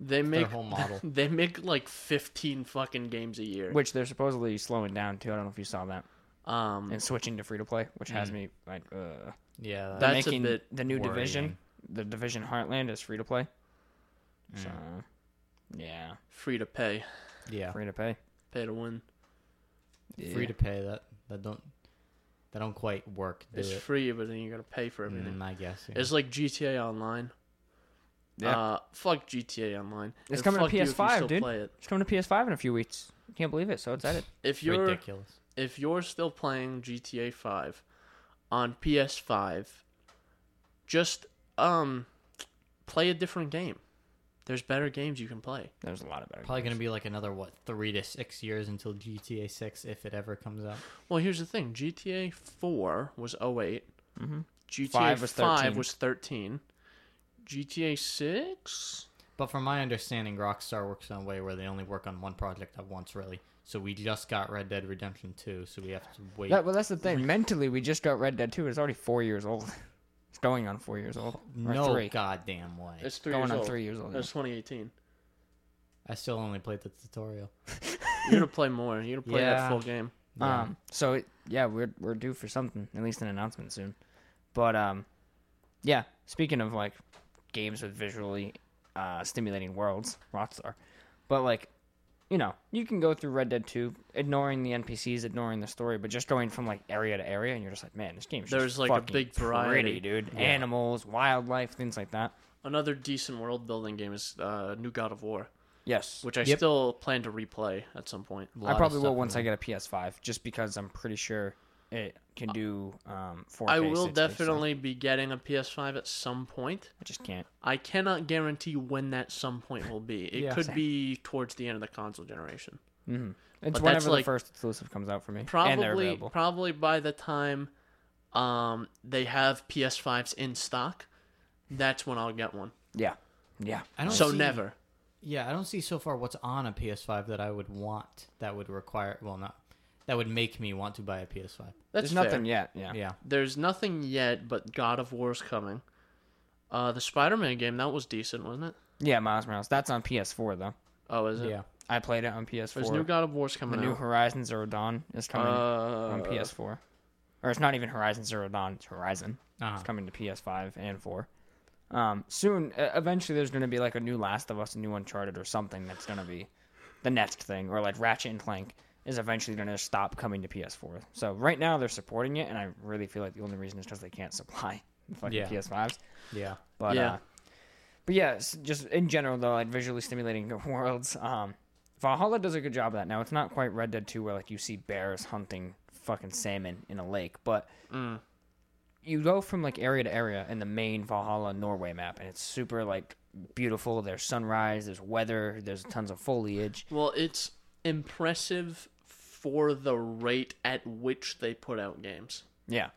S1: They
S3: Their
S1: make
S3: whole model.
S1: they make like 15 fucking games a year.
S2: Which they're supposedly slowing down too. I don't know if you saw that.
S1: Um
S2: and switching to free to play, which has me like uh,
S3: Yeah.
S1: That- Mm.
S3: That...
S1: That's a
S2: making
S1: bit
S2: the new division,
S3: worrying.
S2: the division Heartland is free to play.
S1: Mm.
S2: So yeah,
S1: free to pay,
S3: Yeah.
S2: free to pay.
S1: pay to win.
S3: Free to pay. That that don't that don't quite work. Do
S1: it's
S3: it.
S1: free, but then you got to pay for everything.
S3: Mm, I guess. yeah.
S1: It's like GTA Online.
S2: Yeah.
S1: Uh, fuck GTA Online. And
S2: It's coming to
S1: fuck you if you
S2: PS5,
S1: still
S2: dude.
S1: Play it.
S2: It's coming to PS5 in a few weeks. Can't believe it. So excited.
S1: If you're
S3: ridiculous.
S1: if you're still playing GTA 5 on PS5, just um play a different game. There's better games you can play.
S2: There's a lot of better.
S3: Probably gonna be like another what three to six years until GTA Six, if it ever comes out.
S1: Well, here's the thing. GTA 4 was oh 8 GTA 5
S2: 5 Mm-hmm. was
S1: was
S2: 13.
S1: 13. GTA 6?
S3: But from my understanding, Rockstar works in a way where they only work on one project at once, really. So we just got Red Dead Redemption Two, so we have to wait.
S2: That, well, that's the thing. Mentally, we just got Red Dead 2. It's already four years old. It's going on four years old. Or
S3: no
S2: three.
S3: goddamn way.
S1: It's 3
S2: Going
S1: years
S2: on
S1: old.
S2: three years old,
S1: That's 2018.
S3: I still only played the tutorial.
S1: You're going to play more. You're going to play that
S3: Yeah.
S1: full game.
S2: Um. So it, yeah, we're we're due for something, at least an announcement soon. But um, yeah. Speaking of like games with visually uh, stimulating worlds, Rockstar. But like, you know, you can go through Red Dead Two, ignoring the NPCs, ignoring the story, but just going from like area to area, and you're just like, man, this game's
S1: There's,
S2: just
S1: like, a
S2: fucking
S1: big variety.
S2: pretty, dude. Animals, wildlife, things like that.
S1: Another decent world building game is uh, New God of War.
S2: Yes.
S1: which I
S3: Yep.
S1: still plan to replay at some point.
S3: A lot
S2: I
S3: of
S2: probably
S3: stuff
S2: will
S3: in
S2: once I
S3: there.
S2: get a PS5, just because I'm pretty sure it can do um, 4K.
S1: I will
S2: 6K, so
S1: definitely be getting a PS5 at some point.
S2: I just can't.
S1: I cannot guarantee when that some point will be. It
S2: Yeah.
S1: could
S2: Same.
S1: be towards the end of the console generation.
S2: It's
S1: that's
S2: whenever the
S1: like-
S2: first exclusive comes out for me, and they're
S1: Probably,
S2: available.
S1: probably by the time um, they have PS5s in stock, that's when I'll get one.
S2: Yeah, yeah.
S3: I don't
S1: So
S3: see-
S1: never.
S3: Yeah, I don't see so far what's on a PS5 that I would want that would require. Well, not that would make me want to buy a PS5.
S1: That's
S2: There's
S1: fair.
S2: nothing yet. Yeah.
S3: Yeah,
S1: There's nothing yet, but God of War's coming. Uh, the Spider-Man game that was decent, wasn't it?
S2: Yeah, Miles Morales. That's on PS4 though.
S1: Oh, is it?
S3: yeah.
S2: I played it on PS4.
S1: There's new God of War's
S2: the
S1: coming
S2: new
S1: out.
S2: Horizon Zero Dawn is coming
S1: uh,
S2: on PS4, or it's not even Horizon Zero Dawn. It's Horizon.
S3: Uh-huh.
S2: It's coming to PS5 and 4. Um, soon, uh, eventually, there's going to be like a new Last of Us, a new Uncharted, or something that's going to be the next thing, or like Ratchet and Clank is eventually going to stop coming to PS4. So right now they're supporting it, and I really feel like the only reason is because they can't supply the fucking
S3: Yeah.
S2: PS5s.
S3: Yeah.
S2: But
S1: Yeah.
S2: uh, but yeah, s- just in general though, like visually stimulating worlds. Um, Valhalla does a good job of that. Now it's not quite Red Dead Two where like you see bears hunting fucking salmon in a lake, but
S1: Mm.
S2: you go from like area to area in the main Valhalla Norway map, and it's super like beautiful. There's sunrise, there's weather, there's tons of foliage.
S1: Well, it's impressive for the rate at which they put out games.
S2: Yeah.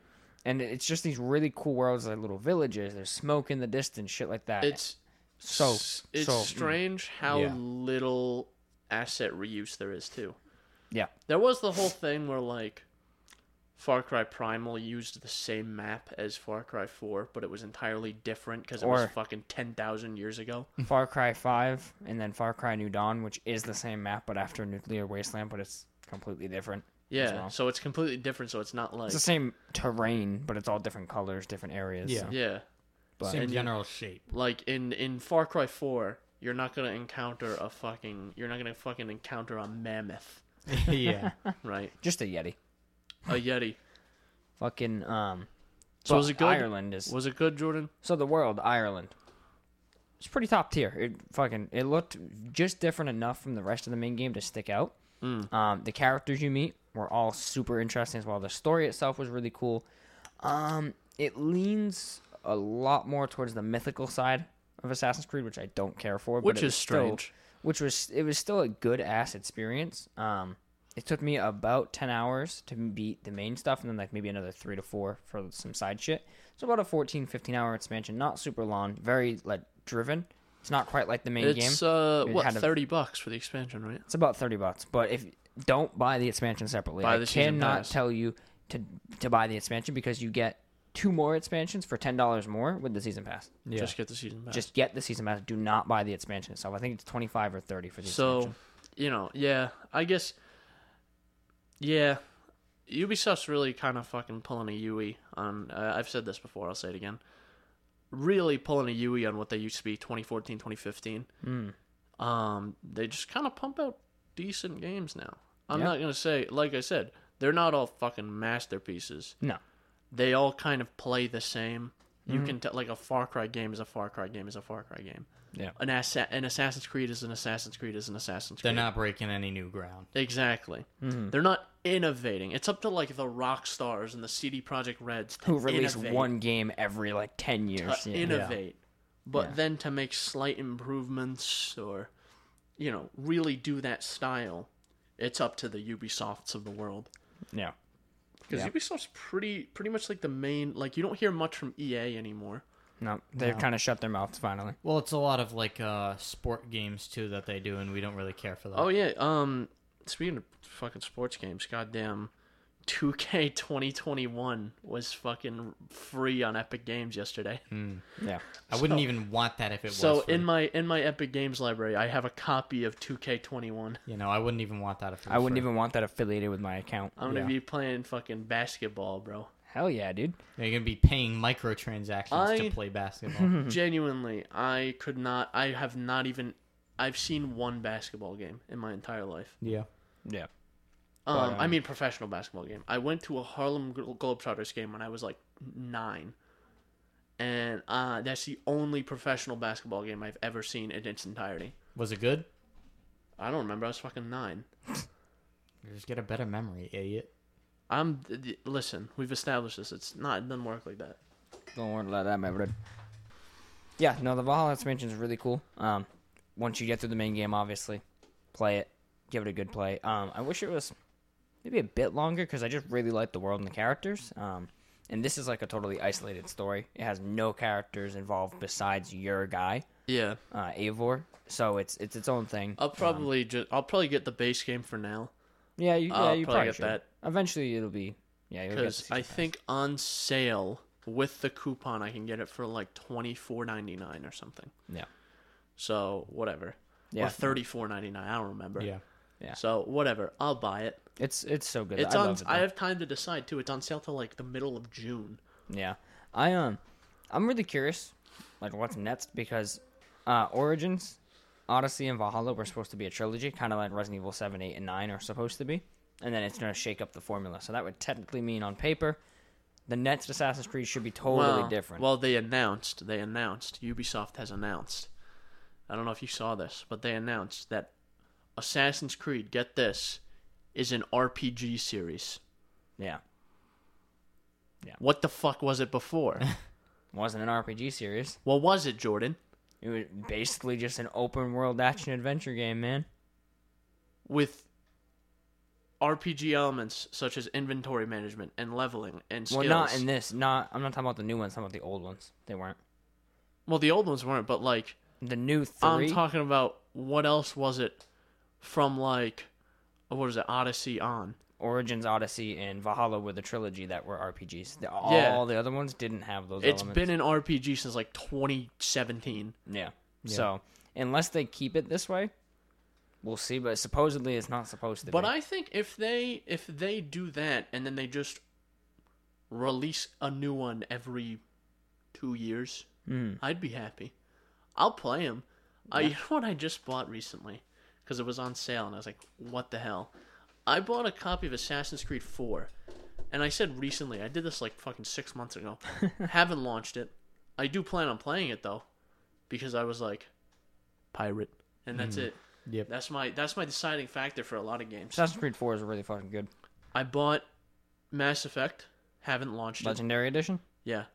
S2: And it's just these really cool worlds, like little villages. There's smoke in the distance, shit like that.
S1: It's
S2: so
S1: s- it's
S2: so, mm.
S1: strange how
S3: Yeah.
S1: little asset reuse there is too.
S2: yeah,
S1: There was the whole thing where like Far Cry Primal used the same map as Far Cry 4, but it was entirely different because it was
S2: Or-
S1: fucking 10,000 years ago.
S2: Far Cry Five, and then Far Cry New Dawn, which is the same map but after Nuclear Wasteland, but it's completely different.
S1: Yeah,
S2: as well.
S1: so it's completely different, so it's not like.
S2: it's the same terrain, but it's all different colors, different areas.
S3: Yeah.
S2: so-
S1: Yeah.
S3: Same
S1: and you-
S3: general shape.
S1: like in in Far Cry 4, you're not gonna encounter a fucking you're not gonna fucking encounter a mammoth,
S3: yeah.
S1: right?
S2: just a Yeti.
S1: A yeti.
S2: Fucking um.
S1: So
S2: but
S1: was it good?
S2: Ireland is
S1: Was it good, Jordan?
S2: so the world Ireland. It's pretty top tier. It fucking it looked just different enough from the rest of the main game to stick out.
S1: Mm.
S2: Um, the characters you meet were all super interesting as well. The story itself was really cool. Um, it leans a lot more towards the mythical side of Assassin's Creed, which I don't care for.
S1: Which
S2: but
S1: is
S2: it was still-
S1: strange.
S2: which was it was still a good ass experience. Um, it took me about ten hours to beat the main stuff, and then like maybe another three to four for some side shit. So about a 14, 15 hour expansion, not super long, very like driven. It's not quite like the main game.
S1: It's uh
S2: It
S1: what
S2: had a-
S1: thirty bucks for the expansion, right?
S2: It's about thirty bucks, but if don't buy the expansion separately,
S1: Buy
S2: I
S1: the season
S2: cannot
S1: pass.
S2: tell you to to buy the expansion because you get two more expansions for ten dollars more with the season pass.
S3: Yeah.
S1: Just get the season pass.
S2: Just get the season pass. Do not buy the expansion itself. I think it's twenty five or thirty for the
S1: so,
S2: expansion.
S1: you know, yeah, I guess, yeah, Ubisoft's really kind of fucking pulling a UE on. Uh, I've said this before. I'll say it again. Really pulling a UE on what they used to be 2014, 2015.
S2: Hmm.
S1: Um, they just kind of pump out decent games now. I'm
S2: Yeah.
S1: not gonna say, like I said, they're not all fucking masterpieces.
S2: No.
S1: They all kind of play the same. You
S2: Mm-hmm.
S1: can tell, like a Far Cry game is a Far Cry game is a Far Cry game
S2: Yeah.
S1: an, assa- an Assassin's Creed is an Assassin's Creed is an Assassin's
S3: They're
S1: Creed.
S3: not breaking any new ground.
S1: exactly.
S2: Mm-hmm.
S1: They're not innovating. It's up to like the rock stars and the CD Project Reds to
S2: who release
S1: innovate,
S2: one game every like 10
S1: uh,
S2: years. yeah.
S1: innovate, but then to make slight improvements or you know really do that style. It's up to the Ubisofts of the world
S2: yeah.
S1: because
S2: Yeah.
S1: Ubisoft's pretty pretty much like the main. Like you don't hear much from EA anymore.
S2: No, they've kind of shut their mouths finally.
S3: Well, it's a lot of like uh sport games too that they do, and we don't really care for that.
S1: Oh yeah. Um, speaking of fucking sports games, goddamn, 2K 2021 was fucking free on Epic Games yesterday.
S2: Yeah.
S3: I wouldn't even want that if it
S1: So
S3: was. free.
S1: in my in my Epic Games library, I have a copy of 2K 21.
S3: you know, I wouldn't even want that if it was
S2: I wouldn't
S3: free.
S2: even want that affiliated with my account.
S1: I'm gonna
S3: Yeah.
S1: be playing fucking basketball, bro.
S2: Hell yeah, dude.
S3: You're gonna be paying microtransactions
S1: I-
S3: to play basketball.
S1: Genuinely, I could not. I have not even. I've seen one basketball game in my entire life.
S3: yeah.
S2: Yeah.
S1: Um, I mean, professional basketball game. I went to a Harlem Glo- Globetrotters game when I was like nine, and uh, that's the only professional basketball game I've ever seen in its entirety.
S3: Was it good?
S1: I don't remember. I was fucking nine.
S3: Just get a better memory, idiot.
S1: I'm. d- d- Listen, we've established this. It's not. It doesn't work like that.
S2: Don't worry about that, my friend. Yeah, no, the Valhalla expansion is really cool. Um, once you get through the main game, obviously, play it, give it a good play. Um, I wish it was maybe a bit longer because I just really like the world and the characters. Um, and this is like a totally isolated story. It has no characters involved besides your guy,
S1: Yeah,
S2: uh, Eivor. So it's it's its own thing.
S1: I'll probably just. I'll probably get the base game for now
S2: yeah, you, yeah,
S1: I'll probably
S2: you probably
S1: get
S2: should.
S1: that.
S2: Eventually, it'll be yeah. You'll get the
S1: because
S2: season
S1: I
S2: pass.
S1: think on sale with the coupon I can get it for like twenty four ninety nine or something.
S2: yeah,
S1: So whatever.
S2: Yeah.
S1: Or thirty four ninety nine. I don't remember.
S3: Yeah.
S2: Yeah.
S1: So whatever. I'll buy it.
S2: it's it's so good.
S1: It's
S2: I
S1: on.
S2: love it,
S1: I
S2: though.
S1: have time to decide too. It's on sale till like the middle of June.
S2: Yeah, I um, I'm really curious, like what's next because, uh, Origins, Odyssey, and Valhalla were supposed to be a trilogy, kind of like Resident Evil Seven, Eight, and Nine are supposed to be, and then it's gonna shake up the formula. So that would technically mean on paper, the next Assassin's Creed should be totally
S1: well,
S2: different.
S1: Well, they announced. They announced. Ubisoft has announced. I don't know if you saw this, but they announced that Assassin's Creed. Get this, is an RPG series.
S2: yeah,
S1: What the fuck was it before?
S2: wasn't an RPG series.
S1: what was it, Jordan?
S2: It was basically just an open world action adventure game, man.
S1: with RPG elements such as inventory management and leveling and skills.
S2: Well, not in this. Not I'm not talking about the new ones. I'm talking about the old ones. They weren't
S1: Well, the old ones weren't, but like
S2: the new 3
S1: i I'm talking about what else was it from like what is it Odyssey on?
S2: Origins, Odyssey, and Valhalla were the trilogy that were RPGs. The- all
S1: Yeah.
S2: the other ones didn't have those.
S1: It's
S2: elements.
S1: been an RPG since like 2017.
S2: yeah. So unless they keep it this way, we'll see. But supposedly it's not supposed to.
S1: But
S2: be.
S1: I think if they if they do that and then they just release a new one every two years,
S2: Hmm.
S1: I'd be happy. I'll play them. Uh, you know what I just bought recently because it was on sale and I was like, "What the hell?" I bought a copy of Assassin's Creed Four, and I said recently I did this like fucking six months ago. Haven't launched it. I do plan on playing it though, because I was like, pirate, and that's it.
S3: Yep.
S1: That's my that's my deciding factor for a lot of games.
S2: Assassin's Creed Four is really fucking good.
S1: I bought Mass Effect, haven't launched it.
S2: Legendary Edition.
S1: Yeah.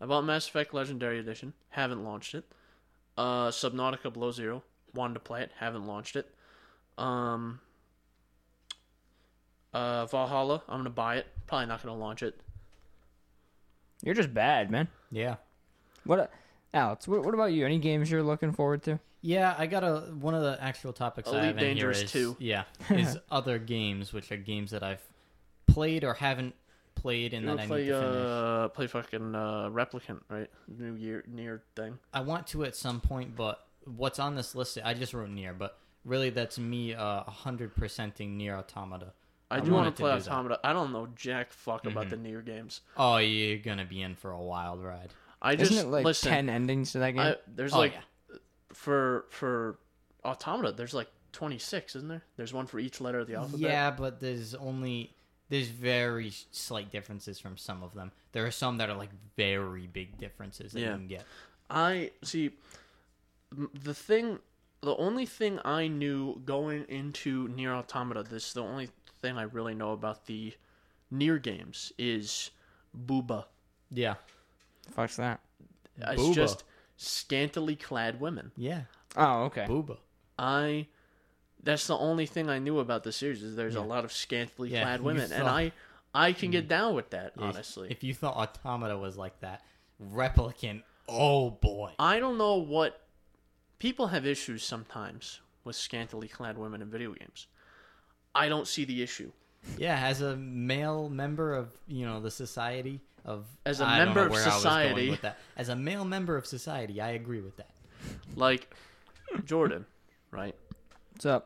S1: I bought Mass Effect Legendary Edition, haven't launched it. Uh Subnautica Below Zero, wanted to play it, haven't launched it. Um uh Valhalla, I'm gonna buy it. Probably not gonna launch it.
S2: You're just bad, man.
S3: Yeah.
S2: What, a- Alex? What, what about you? Any games you're looking forward to?
S3: Yeah, I got a one of the actual topics I
S1: Elite
S3: have in here
S1: Dangerous
S3: is
S1: 2.
S3: yeah is other games which are games that I've played or haven't played and
S1: You
S3: that
S1: wanna
S3: I
S1: play
S3: need to finish.
S1: uh play fucking uh replicant, right? New year near thing.
S3: I want to at some point, but what's on this list? I just wrote near, but really that's me uh hundred percenting near automata.
S1: I
S3: I
S1: do wanna
S3: wanted to
S1: play
S3: do that. Mm-hmm.
S1: Automata. I don't know jack fuck about the near games.
S3: Oh, you're gonna be in for a wild ride.
S1: I
S2: Isn't
S1: just
S2: it like
S1: listen
S2: ten endings to that game?
S1: I, there's
S3: Oh,
S1: like
S3: yeah.
S1: for for automata there's like 26 isn't there there's one for each letter of the alphabet
S3: Yeah, but there's only there's very slight differences from some of them. There are some that are like very big differences that
S1: Yeah.
S3: you can get.
S1: i see m- the thing the only thing i knew going into near automata this the only thing i really know about the near games is booba
S3: Yeah,
S2: Fuck's that.
S1: it's
S3: Booba.
S1: just scantily clad women
S3: yeah,
S2: Oh, okay.
S3: booba.
S1: i that's the only thing i knew about the series is there's a lot of scantily
S3: Yeah,
S1: clad
S3: you
S1: women and
S3: saw- Mm.
S1: i i can get down with that honestly
S3: If you thought Automata was like that, Replicant, oh boy.
S1: I don't know what people have issues sometimes with scantily clad women in video games. I don't see the issue.
S3: Yeah, as a male member of you know the society of
S1: As a
S3: I don't
S1: member
S3: know
S1: of
S3: where I was going
S1: society.
S3: with that. as a male member of society, I agree with that.
S1: Like Jordan, right?
S2: What's up?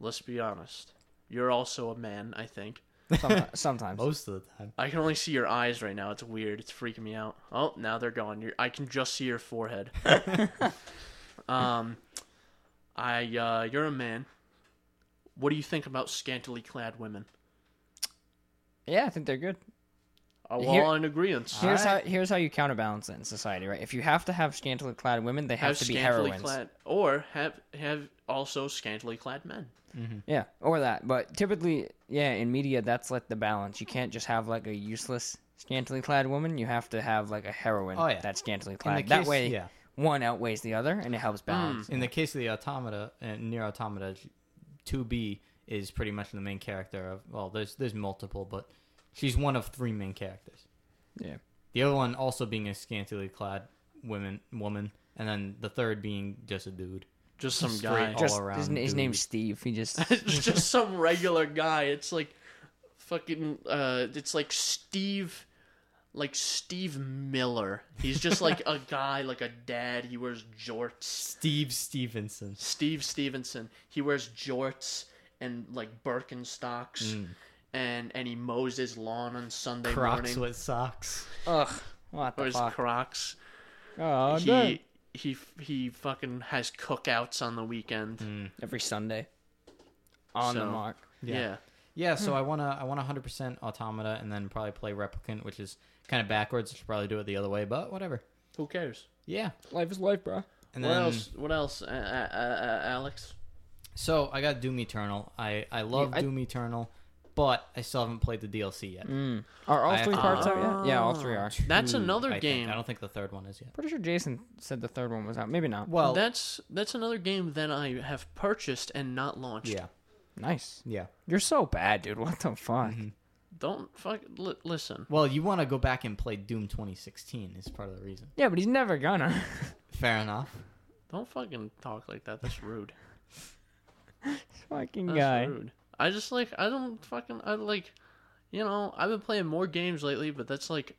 S1: Let's be honest. You're also a man, I think.
S2: Sometimes. sometimes.
S1: Oh.
S3: Most of the time,
S1: I can only see your eyes right now. It's weird. It's freaking me out. Oh, now they're gone. You're, I can just see your forehead. um, I uh, you're a man. What do you think about scantily clad women?
S2: Yeah, I think they're good.
S1: Are we
S2: Here-
S1: all Uh, in agreement?
S2: Here's
S3: Alright.
S2: how here's how you counterbalance it in society, right? If you have to have scantily clad women, they have,
S1: Have
S2: to be
S1: scantily
S2: heroines.
S1: clad, or have have also scantily clad men.
S2: Yeah, or that. But typically, yeah, in media, that's like the balance. You can't just have like a useless scantily clad woman. You have to have like a heroine
S3: Oh, yeah.
S2: that's scantily clad.
S3: the
S2: That
S3: case-
S2: way,
S3: yeah.
S2: one outweighs the other, and it helps balance.
S3: In the case of the automata and near automata, two B is pretty much the main character of. Well, there's there's multiple, but she's one of three main characters.
S2: Yeah.
S3: The other one also being a scantily clad women woman, and then the third being just a dude.
S1: Just some
S3: Straight
S1: guy.
S3: all
S2: Just
S3: around
S2: his, his
S3: dude.
S2: name's Steve. He just
S1: it's just some regular guy. It's like fucking uh it's like Steve like Steve Miller. He's just like a guy, like a dad. He wears jorts.
S3: Steve Stevenson.
S1: Steve Stevenson. He wears jorts and like Birkenstocks
S2: Mm.
S1: and and he mows his lawn on Sunday
S3: Crocs
S1: morning.
S3: with socks.
S2: ugh. What
S1: or
S2: the
S1: his
S2: fuck?
S1: Crocs.
S2: oh, no.
S1: He he he fucking has cookouts on the weekend.
S2: Every Sunday. On the
S1: So-
S2: mark.
S1: Yeah.
S3: Mm, Yeah, so I wanna I wanna hundred percent automata and then probably play replicant, which is kinda backwards. I should probably do it the other way, but whatever.
S1: Who cares?
S3: Yeah.
S2: Life is life, bro.
S3: And
S1: what
S3: then
S1: else? What else? Uh, uh, uh, Alex.
S3: so I got Doom Eternal. I, I love
S2: Yeah, I-
S3: Doom Eternal, but I still haven't played the DLC yet.
S2: Are all
S3: I-
S2: three parts out yet? Yeah, all three are.
S1: That's another
S3: I think.
S1: game.
S3: I don't think the third one is yet.
S2: Pretty sure Jason said the third one was out. Maybe not.
S3: Well
S1: that's that's another game that I have purchased and not launched.
S3: Yeah.
S2: Nice.
S3: Yeah.
S2: You're so bad, dude. What the fuck?
S3: Mm-hmm.
S1: Don't fuck. Li- listen.
S3: Well, you wanna go back and play Doom twenty sixteen is part of the reason.
S2: Yeah, but he's never gonna.
S3: Fair enough.
S1: Don't fucking talk like that. That's rude.
S2: Fucking
S1: That's
S2: guy.
S1: rude. I just like I don't fucking I like, you know I've been playing more games lately, but that's like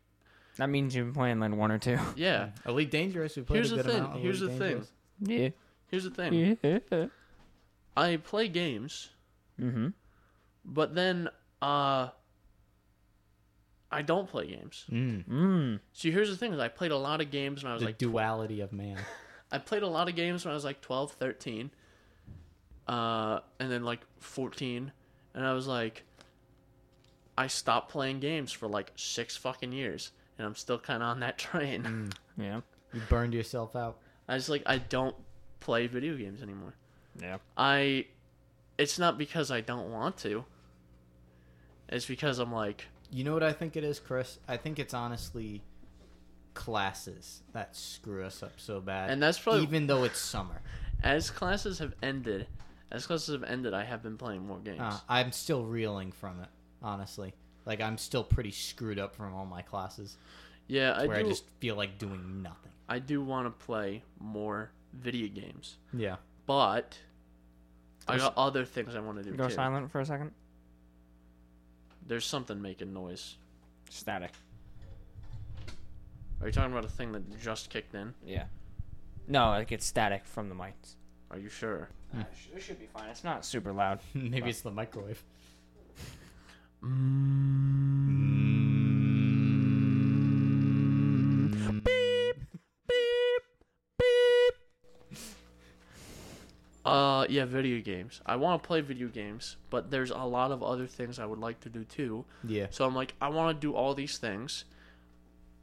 S2: That means you've been playing like one or two.
S1: yeah.
S3: Elite Dangerous, we played
S1: Here's
S3: a
S1: the
S3: good
S1: thing,
S3: amount of
S1: here's
S3: Elite
S1: the thing.
S3: Dangerous.
S2: Yeah.
S1: Here's the thing.
S2: Mm-hmm.
S1: I play games, but then uh, I don't play games.
S3: Mm.
S2: Mm.
S1: So here's the thing: is I played a lot of games when I was
S3: The
S1: like
S3: duality of man.
S1: I played a lot of games when I was like 12, 13, uh, and then like 14, and I was like, I stopped playing games for like six fucking years, and I'm still kind of on that train.
S2: Yeah.
S3: You burned yourself out.
S1: I just like I don't play video games anymore.
S2: Yeah.
S1: I, it's not because I don't want to. It's because I'm like,
S3: You know what I think it is, Chris? I think it's honestly classes that screw us up so bad.
S1: And that's probably-
S3: even though it's summer.
S1: as classes have ended, as classes have ended, I have been playing more games.
S3: Uh, I'm still reeling from it, honestly. Like I'm still pretty screwed up from all my classes,
S1: yeah, I do.
S3: where
S1: I,
S3: I just feel like doing nothing.
S1: I do want to play more video games.
S3: Yeah.
S1: but I got other things I want to do
S2: Go
S1: too.
S2: silent for a second.
S1: There's something making noise.
S2: Static.
S1: Are you talking about a thing that just kicked in?
S2: Yeah. No, it gets static from the mics.
S1: Are you sure?
S2: Uh, it should be fine. It's not super loud.
S3: Maybe it's the microwave.
S1: Uh, yeah, video games. I want to play video games, but there's a lot of other things I would like to do too.
S3: Yeah.
S1: So I'm like, I want to do all these things.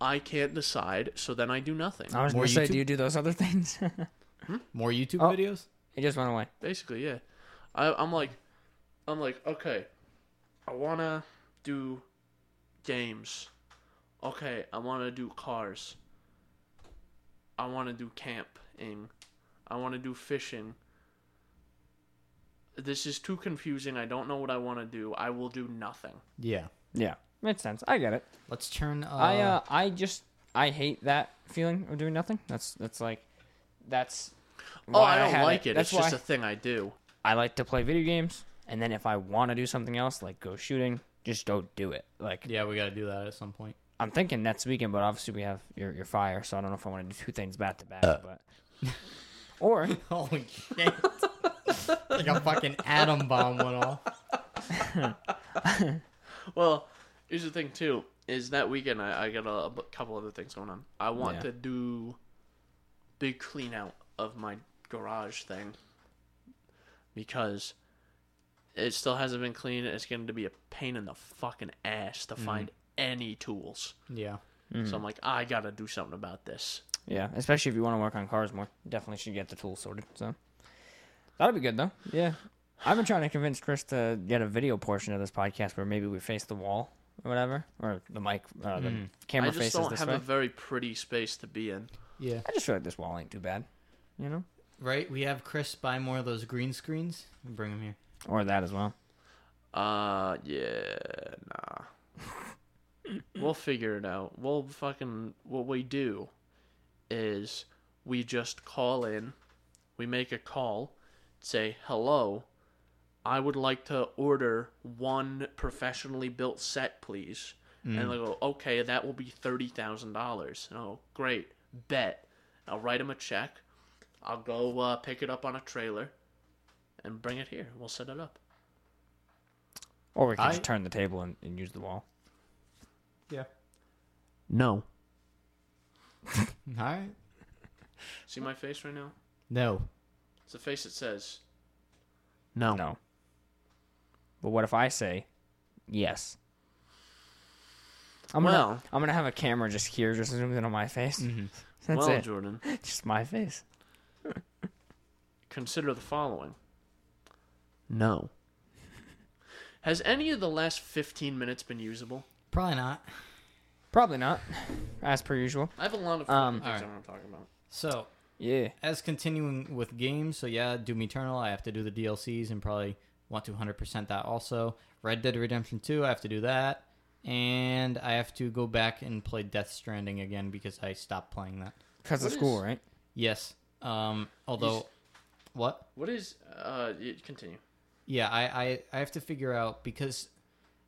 S1: I can't decide, so then I do nothing.
S2: I was
S3: More
S2: gonna say,
S3: YouTube?
S2: do you do those other things? it
S3: More YouTube
S2: Oh.
S3: videos?
S2: just went away.
S1: Basically, yeah. I, I'm like, I'm like, okay, I wanna do games. Okay, I wanna do cars. I wanna do camping. I wanna do fishing. This is too confusing. I don't know what I wanna do. I will do nothing.
S3: Yeah.
S2: Yeah. Makes sense. I get it.
S3: Let's turn. Uh,
S2: I uh I just I hate that feeling of doing nothing. That's that's like that's
S1: oh,
S2: why
S1: I don't
S2: have
S1: like it.
S2: That's
S1: It's just
S2: why
S1: a thing I do.
S2: I like to play video games and then if I want to do something else like go shooting, just go do it. Like
S3: Yeah, we got to do that at some point.
S2: I'm thinking next weekend, but obviously we have your your fire, so I don't know if I want to do two things back to back,
S1: Uh.
S2: but or
S3: Holy shit! like a fucking atom bomb went off.
S1: Well, here's the thing too: is that weekend I, I got a, a couple other things going on. I want
S2: Yeah.
S1: to do big clean out of my garage thing because
S2: Mm-hmm.
S1: it still hasn't been clean. It's going to be a pain in the fucking ass to find any tools.
S3: Yeah.
S1: So I'm like, I gotta do something about this.
S2: Yeah, especially if you want to work on cars more, definitely should get the tools sorted. So that'll be good though. Yeah, I've been trying to convince Chris to get a video portion of this podcast where maybe we face the wall or whatever, or the mic, uh, the camera
S1: Hmm. I just
S2: faces
S1: don't
S2: this
S1: have
S2: way.
S1: a very pretty space to be in.
S3: Yeah.
S2: I just feel like this wall ain't too bad, you know,
S3: Right? We have Chris buy more of those green screens and bring them here.
S2: or that as well.
S1: Uh, yeah, nah. we'll figure it out. We'll fucking. What we do is we just call in, we make a call, say, hello, I would like to order one professionally built set, please. And they'll go, okay, that will be $30,000. Oh, great. Bet. I'll write them a check. I'll go uh, pick it up on a trailer and bring it here. We'll set it up.
S2: Or we can
S3: I-
S2: just turn the table and, and use the wall.
S3: Yeah.
S1: No.
S3: All right.
S1: See my face right now?
S3: No.
S1: It's a face that says
S2: No. But what if I say yes? I'm
S1: Well-
S2: gonna, I'm gonna have a camera just here, just zoomed in on my face.
S3: Mm-hmm.
S2: That's
S1: Well,
S2: it.
S1: Jordan,
S2: Just my face.
S1: consider the following. No. Has any of the last 15 minutes been usable?
S3: Probably not.
S2: Probably not, as per usual.
S1: I have a lot of fucking
S2: Um,
S1: things
S3: Alright.
S1: I want to talk about.
S3: So,
S2: Yeah.
S3: as continuing with games, so yeah, Doom Eternal, I have to do the DLCs and probably want to 100% that also. Red Dead Redemption 2, I have to do that. And I have to go back and play Death Stranding again because I stopped playing that.
S2: Because of
S1: What
S2: school,
S1: is-
S2: right?
S3: Yes. Um, although,
S1: s-
S3: what?
S1: What is uh y- continue.
S3: Yeah, I, I, I have to figure out because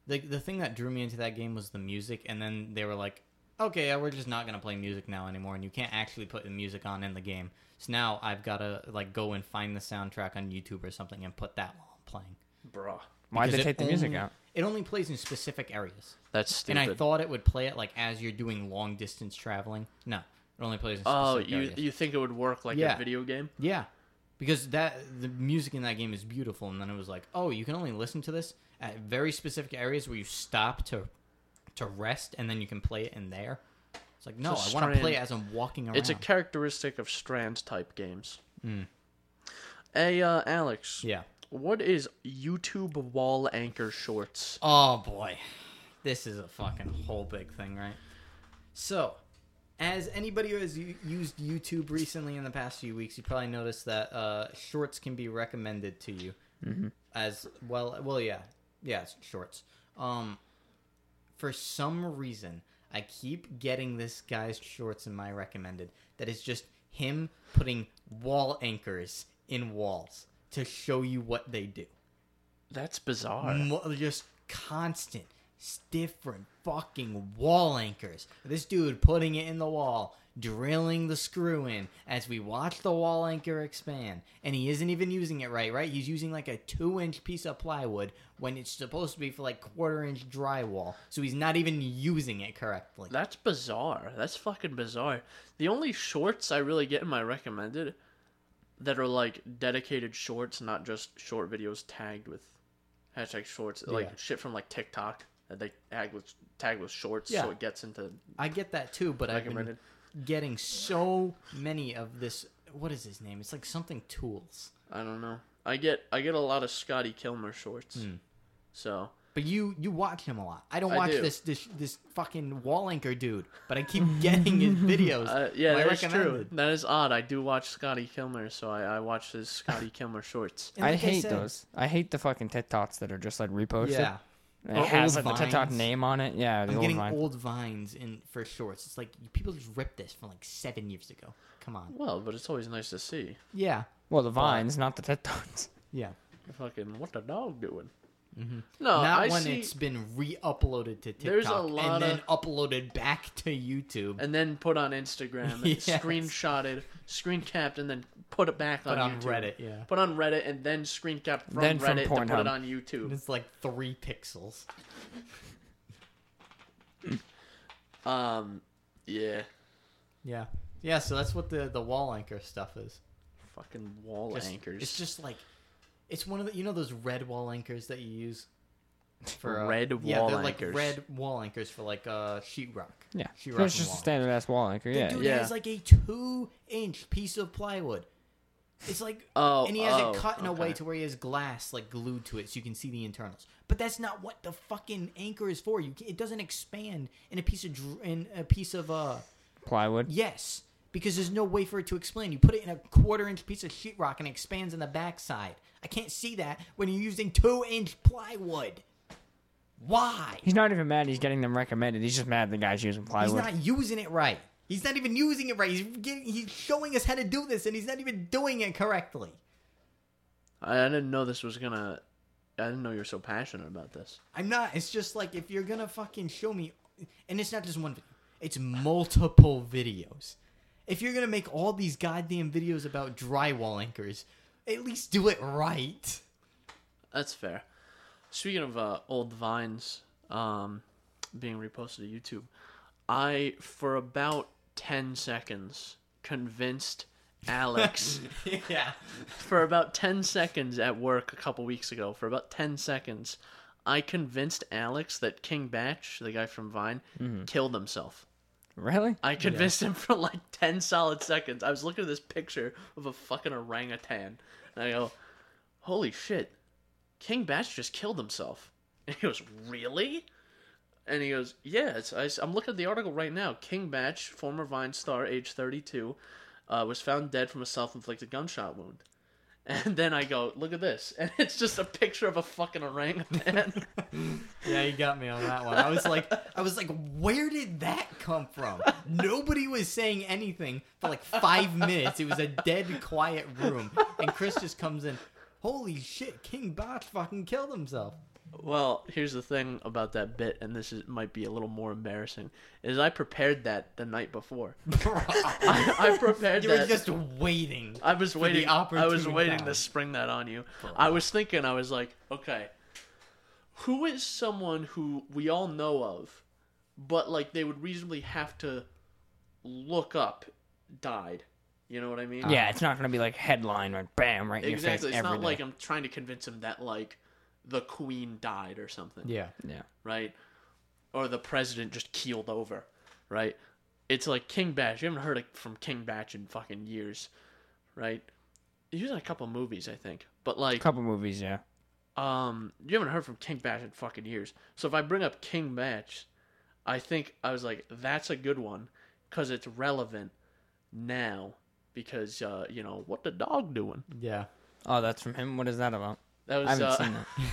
S3: the the thing that drew me into that game was the music, and then they were like, okay, yeah, we're just not gonna play music now anymore, and you can't actually put the music on in the game. So now I've gotta like go and find the soundtrack on YouTube or something and put that while I'm playing.
S1: Bruh.
S2: Why'd
S3: Because
S2: they
S3: it
S2: take the music
S3: only-
S2: out?
S3: It only plays in specific areas,
S1: That's
S3: and
S1: stupid.
S3: I thought it would play it like as you're doing long distance traveling. No, it only plays in specific
S1: oh, you
S3: areas.
S1: you think it would work like
S3: Yeah.
S1: a video game?
S3: Yeah, because that the music in that game is beautiful, and then it was like, oh, you can only listen to this at very specific areas where you stop to to rest, and then you can play it in there. It's like, no,
S1: So
S3: I want to play
S1: strange.
S3: it as I'm walking around.
S1: It's a characteristic of strand type games. Hey uh Alex.
S3: Hmm. yeah.
S1: What is YouTube wall anchor shorts?
S3: Oh boy, this is a fucking whole big thing, right? So, as anybody who has u- used YouTube recently in the past few weeks, you probably noticed that uh, shorts can be recommended to you as well. Well, yeah, yeah, it's shorts. Um, for some reason, I keep getting this guy's shorts in my recommended. That is just him putting wall anchors in walls to show you what they do.
S1: That's bizarre.
S3: Mo- just constant, s- different fucking wall anchors. This dude putting it in the wall, drilling the screw in as we watch the wall anchor expand. And he isn't even using it right, right? He's using like a two inch piece of plywood when it's supposed to be for like quarter inch drywall. So he's not even using it correctly.
S1: That's bizarre. That's fucking bizarre. The only shorts I really get in my recommended that are like dedicated shorts, not just short videos tagged with hashtag shorts, like
S3: Yeah.
S1: shit from like TikTok that they tag with tag with shorts,
S3: Yeah.
S1: so it gets into
S3: I get that too, but I've been
S1: recommended.
S3: getting so many of this. What is his name? It's like something tools.
S1: I don't know. I get I get a lot of Scotty Kilmer shorts,
S3: Hmm.
S1: so
S3: But you you watch him a lot. I don't
S1: I
S3: watch
S1: do.
S3: this this this fucking wall anchor dude, but I keep getting his videos.
S1: uh, yeah,
S3: my
S1: that is true.
S3: recommended.
S1: That is odd. I do watch Scotty Kilmer, so I, I watch his Scotty Kilmer shorts.
S3: And
S2: I
S3: like
S2: hate
S3: said-
S2: those. I hate the fucking TikToks that are just like reposted.
S3: Yeah,
S2: And
S3: Or
S2: It has like
S3: old
S2: the TikTok
S3: vines.
S2: name on it. Yeah, the
S3: I'm
S2: old
S3: getting
S2: vine.
S3: old vines in for shorts. It's like people just ripped this from like seven years ago. Come on.
S1: Well, but it's always nice to see.
S3: Yeah,
S2: Well, the vines, not the TikToks.
S3: yeah.
S1: Fucking what the dog doing? No,
S3: Mm-hmm. Not
S1: Uh, I
S3: when
S1: see.
S3: it's been re-uploaded to TikTok
S1: There's a lot
S3: and then
S1: of-
S3: uploaded back to YouTube.
S1: And then put on Instagram,
S3: Yes.
S1: screenshotted, screen capped, and then put it back on,
S3: Put on
S1: YouTube.
S3: Reddit, yeah.
S1: Put on Reddit and then screen cap from
S2: Then from
S1: Reddit to put
S2: Pornhub.
S1: it on YouTube.
S3: It's like three pixels.
S1: Um, yeah,
S3: Yeah, yeah. So that's what the the wall anchor stuff is.
S1: fucking wall
S3: Just-
S1: anchors.
S3: It's just like it's one of the you know those red wall anchors that you use. for uh,
S1: Red
S3: yeah,
S1: wall
S3: they're
S1: anchors.
S3: like red wall anchors for like uh sheetrock.
S2: Yeah, it's
S3: sheetrock. and
S2: just a
S3: wall.
S2: standard ass wall anchor.
S3: The
S2: Yeah,
S3: dude
S1: Yeah.
S3: has like a two-inch piece of plywood. It's like
S1: Oh,
S3: and he has
S1: oh,
S3: it cut in a way
S1: okay.
S3: to where he has glass like glued to it, so you can see the internals. But that's not what the fucking anchor is for. You ca- it doesn't expand in a piece of dr- in a piece of uh
S2: plywood.
S3: yes because there's no way for it to explain. You put it in a quarter-inch piece of sheetrock and it expands on the backside. I can't see that when you're using two-inch plywood. Why?
S2: He's not even mad. He's getting them recommended. He's just mad the guy's using
S3: He's
S2: plywood.
S3: not using it right. He's not even using it right. He's getting, he's showing us how to do this, and he's not even doing it correctly.
S1: I I didn't know this was gonna. I didn't know you were so passionate about this.
S3: I'm not. It's just like if you're gonna fucking show me, and it's not just one video. It's multiple videos. If you're gonna make all these goddamn videos about drywall anchors, at least do it right.
S1: That's fair. Speaking of uh, old vines um, being reposted to YouTube, I for about ten seconds convinced Alex
S3: yeah.
S1: for about ten seconds at work a couple weeks ago. For about ten seconds, I convinced Alex that King Batch, the guy from Vine, killed himself.
S2: Really?
S1: I convinced him for like 10 solid seconds. I was looking at this picture of a fucking orangutan. And I go, holy shit, King Batch just killed himself. And he goes, really? And he goes, yeah, it's, I, am looking at the article right now. King Batch, former Vine star, age 32, uh, was found dead from a self inflicted gunshot wound. And then I go, look at this. And it's just a picture of a fucking orangutan.
S3: Yeah, you got me on that one. I was like, I was like, where did that come from? Nobody was saying anything for like five minutes. It was a dead, quiet room, and Chris just comes in. Holy shit! King Botch fucking killed himself.
S1: Well, here's the thing about that bit, and this is, might be a little more embarrassing, is I prepared that the night before. I, I prepared
S3: you
S1: that.
S3: were just waiting.
S1: I was waiting. I was
S3: opportune
S1: waiting
S3: time.
S1: to spring that on you. I was thinking. I was like, okay, who is someone who we all know of, but like they would reasonably have to look up died. You know what I mean?
S2: yeah, it's not gonna be like headline or bam right in
S1: Exactly.
S2: your
S1: It's
S2: face every
S1: not
S2: day.
S1: like I'm trying to convince him that like the queen died or something.
S3: Yeah.
S2: yeah.
S1: right? Or the president just keeled over, right? It's like King Batch. You haven't heard it from King Batch in fucking years, right? He was in a couple movies, I think. But like,
S2: couple movies. Yeah.
S1: um, you haven't heard from King Batch in fucking years. So if I bring up King Batch, I think I was like, that's a good one because it's relevant now. Because uh, you know what the dog doing?
S3: Yeah.
S2: Oh, that's from him. What is that about?
S1: That was.
S2: I haven't
S1: uh,
S2: seen that.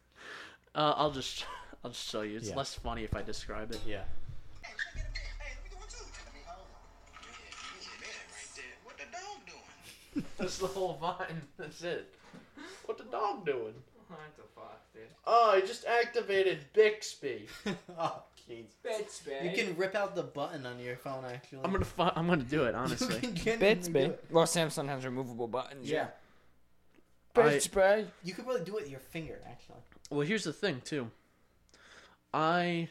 S1: uh, I'll just, I'll just show you. It's
S3: Yeah.
S1: less funny if I describe it.
S3: Yeah.
S4: Hey, let me get a man. Hey, let me get one too. I mean, hold on. Yeah, yeah, man, right there. What the dog doing?
S1: That's the whole vine. That's it. What the dog doing? Oh, he just activated Bixby.
S3: oh jeez. You can rip out the button on your phone actually.
S1: I'm gonna fu- I'm gonna do it honestly.
S2: Bits, babe. Well, Samsung has removable buttons.
S3: Yeah.
S1: Bits,
S2: Bits, babe.
S3: You could probably do it with your finger actually.
S1: well, here's the thing too. I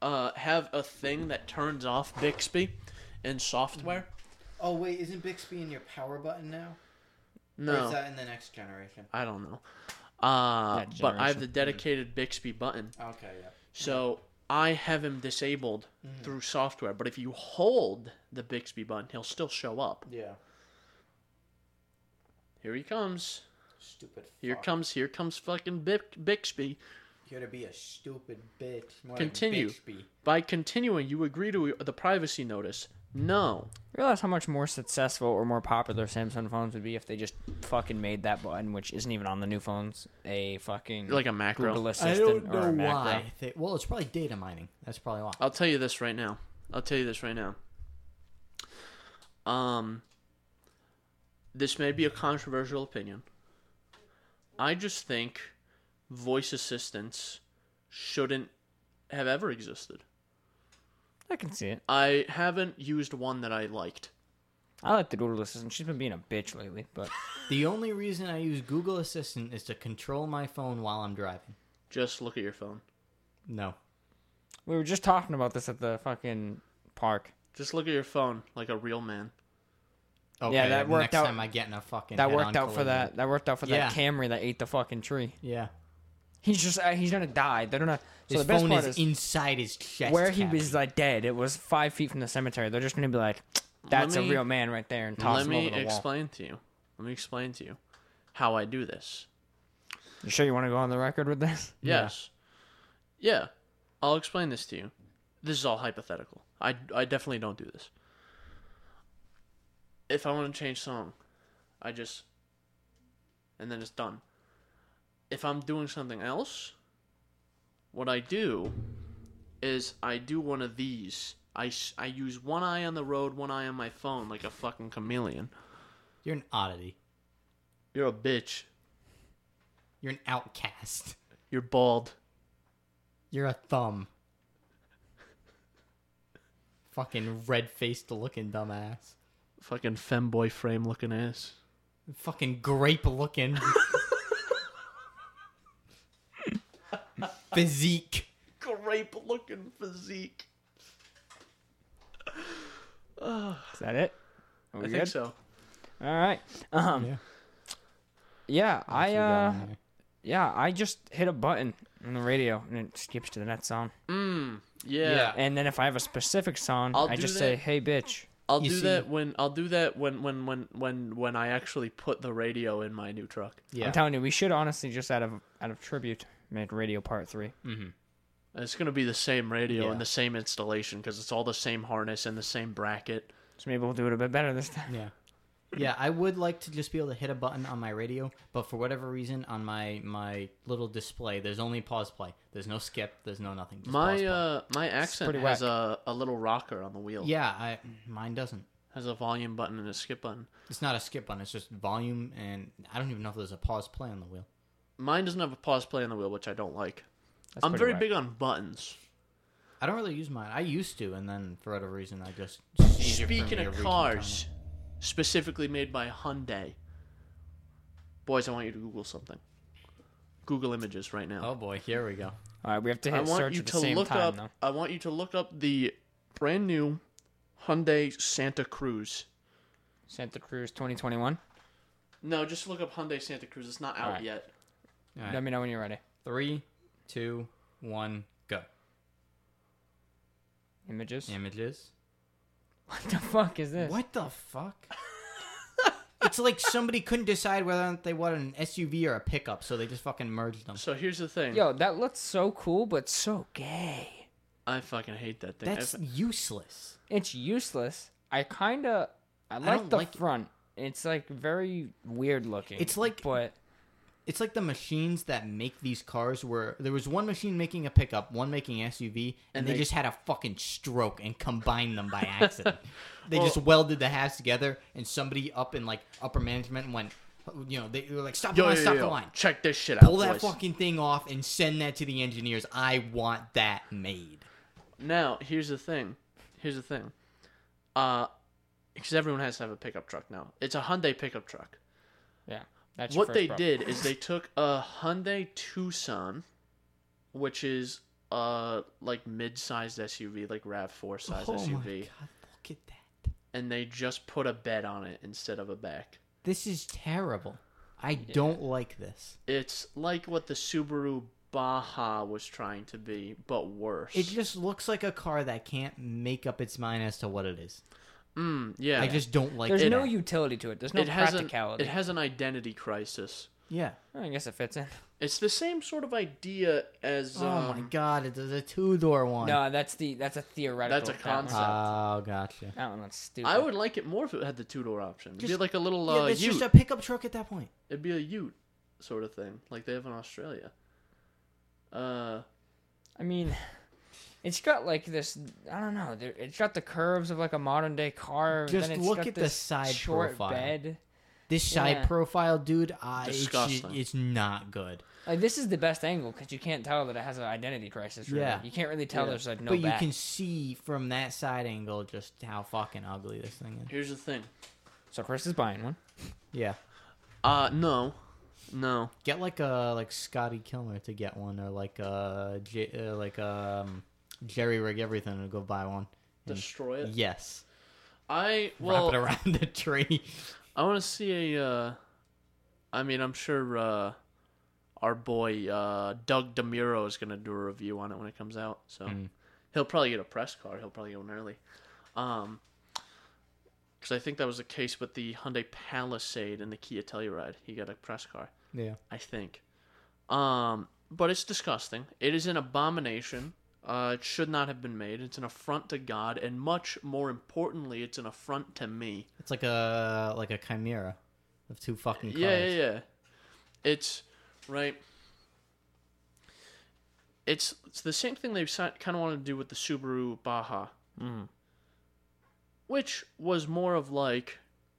S1: uh, have a thing that turns off Bixby in software.
S3: Oh wait, isn't Bixby in your power button now? Or is
S1: No,
S3: that in the next generation?
S1: I don't know. Uh,
S2: That
S1: but I have
S2: generation.
S1: the dedicated Bixby button,
S3: Okay, yeah.
S1: so I have him disabled through software. But if you hold the Bixby button, he'll still show up.
S3: Yeah.
S1: Here he comes.
S3: Stupid fuck.
S1: Here comes here comes fucking Bix- Bixby.
S3: You're gonna be a stupid bitch. More
S1: Continue.
S3: Like Bixby.
S1: By continuing, you agree to the privacy notice. No.
S2: Realize how much more successful or more popular Samsung phones would be if they just fucking made that button, which isn't even on the new phones, a fucking
S1: Like a macro.
S2: Google Assistant or a macro.
S3: They, well, it's probably data mining. That's probably why.
S1: I'll tell you this right now. I'll tell you this right now. Um this may be a controversial opinion. I just think voice assistants shouldn't have ever existed.
S2: I can see it.
S1: I haven't used one that I liked.
S2: I like the Google Assistant. She's been being a bitch lately, but
S3: The only reason I use Google Assistant is to control my phone while I'm driving.
S1: Just look at your phone.
S3: No.
S2: we were just talking about this at the fucking park.
S1: Just look at your phone like a real man.
S3: Okay,
S2: Yeah, that worked
S3: next
S2: out-
S3: time I get in a fucking
S2: That
S3: head-on
S2: worked out for
S3: collision.
S2: that. That worked out for
S3: Yeah.
S2: that Camry that ate the fucking tree.
S3: Yeah.
S2: He's just uh, he's gonna die. They're gonna. So
S3: His
S2: the best
S3: phone
S2: part
S3: is,
S2: is,
S3: inside his chest.
S2: where he
S3: cavity.
S2: was like dead. It was five feet from the cemetery. They're just gonna be like, "That's
S1: me-
S2: a real man right there," and toss
S1: Let
S2: him
S1: me
S2: over the wall.
S1: explain to you. Let me explain to you how I do this.
S2: You sure you want to go on the record with this?
S1: Yes. Yeah. I'll explain this to you. This is all hypothetical. I, I definitely don't do this. If I want to change song, I just. And then it's done. If I'm doing something else, what I do is I do one of these. I, s- I use one eye on the road, one eye on my phone like a fucking chameleon.
S3: You're an oddity.
S1: You're a bitch.
S3: You're an outcast.
S1: You're bald.
S3: You're a thumb. Fucking red faced looking dumbass.
S1: Fucking femboy frame looking ass.
S3: Fucking grape looking. Physique.
S1: grape looking physique.
S2: Is that it? Are we
S1: I
S2: good?
S1: think so.
S2: All right. Um, yeah.
S3: Yeah.
S2: I uh, yeah, I just hit a button on the radio and it skips to the next song.
S1: Mm, yeah.
S3: Yeah.
S2: And then if I have a specific song,
S1: I'll
S2: I
S1: do
S2: just
S1: that.
S2: say, "Hey, bitch."
S1: I'll
S3: You
S1: do
S3: see-
S1: that when I'll do that when when when when when I actually put the radio in my new truck.
S3: Yeah.
S2: I'm telling you, we should honestly just out of out of tribute make radio part three.
S1: It's gonna be the same radio
S3: Yeah.
S1: and the same installation because it's all the same harness and the same bracket.
S2: So maybe we'll do it a bit better this time.
S3: yeah. Yeah, I would like to just be able to hit a button on my radio, but for whatever reason on my my little display, there's only pause play. There's no skip, there's no nothing. Just pause
S1: My
S3: play.
S1: uh my accent
S2: pretty
S1: has
S2: whack.
S1: a, a little rocker on the wheel.
S3: Yeah, I mine doesn't.
S1: Has a volume button and a skip button.
S3: It's not a skip button, it's just volume and I don't even know if there's a pause play on the wheel.
S1: Mine doesn't have a pause play on the wheel, which I don't like.
S2: That's
S1: I'm
S2: pretty
S1: very
S2: whack.
S1: big on buttons.
S3: I don't really use mine. I used to, and then for whatever reason, I just.
S1: Speaking of cars, specifically made by Hyundai. Boys, I want you to Google something. Google images right now.
S3: Oh boy, here we go.
S2: All right, we have to
S1: I
S2: hit
S1: want
S2: search
S1: you
S2: at the
S1: to
S2: same
S1: look
S2: time
S1: up.
S2: though.
S1: I want you to look up the brand new Hyundai Santa Cruz.
S2: Santa Cruz 2021.
S1: No, just look up Hyundai Santa Cruz. It's not out
S2: Alright.
S1: yet.
S3: All right.
S2: Let me know when you're ready.
S3: Three, two, one, go.
S2: Images.
S3: Images.
S2: What the fuck is this?
S3: What the fuck? it's like somebody couldn't decide whether or not they wanted an SUV or a pickup, so they just fucking merged them.
S1: So here's the thing.
S2: Yo, that looks so cool, but so gay.
S1: I fucking hate that thing.
S3: That's
S1: If-
S3: useless.
S2: It's useless. I kind of I like
S3: don't
S2: the
S3: like it.
S2: front. It's like very weird looking.
S3: It's like-
S2: but
S3: It's like the machines that make these cars where there was one machine making a pickup, one making SUV, and,
S1: And
S3: they,
S1: they-
S3: just had a fucking stroke and combined them by accident. they just
S1: Well-
S3: welded the halves together, and somebody up in like upper management went, you know, they were like, stop the
S1: yo,
S3: line,
S1: yo,
S3: stop
S1: yo,
S3: the
S1: yo.
S3: line.
S1: Check this shit
S3: Pull
S1: out,
S3: that
S1: boys.
S3: fucking thing off and send that to the engineers. I want that made.
S1: Now, here's the thing. Here's the thing. Uh, because everyone has to have a pickup truck now. It's a Hyundai pickup truck.
S2: yeah. That's your
S1: what
S2: first
S1: they
S2: problem.
S1: did is they took a Hyundai Tucson, which is a like mid-sized SUV, like Rav4
S3: Oh
S1: sized SUV,
S3: look at that.
S1: and they just put a bed on it instead of a back.
S3: This is terrible. I don't like this.
S1: It's like what the Subaru Baja was trying to be, but worse.
S3: It just looks like a car that can't make up its mind as to what it is.
S1: mm, yeah.
S3: I just don't like
S2: There's
S3: it.
S2: no utility to it. There's no
S1: it has an
S2: practicality.
S1: it has an identity crisis.
S3: Yeah.
S2: I guess it fits in.
S1: It's the same sort of idea as
S3: Oh
S1: um,
S3: my god, it's a two door one.
S2: No, that's the that's a theoretical.
S1: That's a
S2: that one-
S1: concept.
S3: Oh, gotcha.
S2: That one looks stupid.
S1: I would like it more if it had the two door option. It'd be
S3: Just-
S1: like a little
S3: yeah,
S1: uh,
S3: it's
S1: Ute.
S3: just a pickup truck at that point.
S1: It'd be a Ute sort of thing, like they have in Australia. Uh,
S2: I mean, it's got like this. I don't know. there- It's got the curves of like a modern day car.
S3: Just
S2: then it's
S3: look
S2: got
S3: at the
S2: this
S3: side
S2: short
S3: profile.
S2: bed.
S3: This side
S2: Yeah.
S3: profile, dude, I, it's,
S1: Disgusting.
S3: it's not good.
S2: Like this is the best angle because you can't tell that it has an identity crisis. Really.
S3: Yeah.
S2: you can't really tell.
S1: Yeah.
S2: There's like no.
S3: but you
S2: back.
S3: can see from that side angle just how fucking ugly this thing is.
S1: here's the thing.
S2: So Chris is buying one.
S3: Yeah.
S1: Uh, no, no.
S3: Get like a like Scotty Kilmer to get one, or like uh, J- uh like um Jerry rig everything and go buy one.
S1: Destroy it.
S3: Yes,
S1: I
S3: wrap it
S1: well,
S3: around the tree.
S1: I want to see a. Uh, I mean, I'm sure uh, our boy uh, Doug Demuro is going to do a review on it when it comes out. So
S3: Hmm.
S1: he'll probably get a press car. He'll probably get one early. Um 'cause because I think that was the case with the Hyundai Palisade and the Kia Telluride. He got a press car.
S3: Yeah.
S1: I think. Um, but it's disgusting. It is an abomination. Uh, it should not have been made. It's an affront to God, and much more importantly, it's an affront to me.
S3: It's like a like a chimera of two fucking cars.
S1: Yeah, yeah, yeah. It's right. It's it's the same thing they kind of wanted to do with the Subaru Baja, which was more of like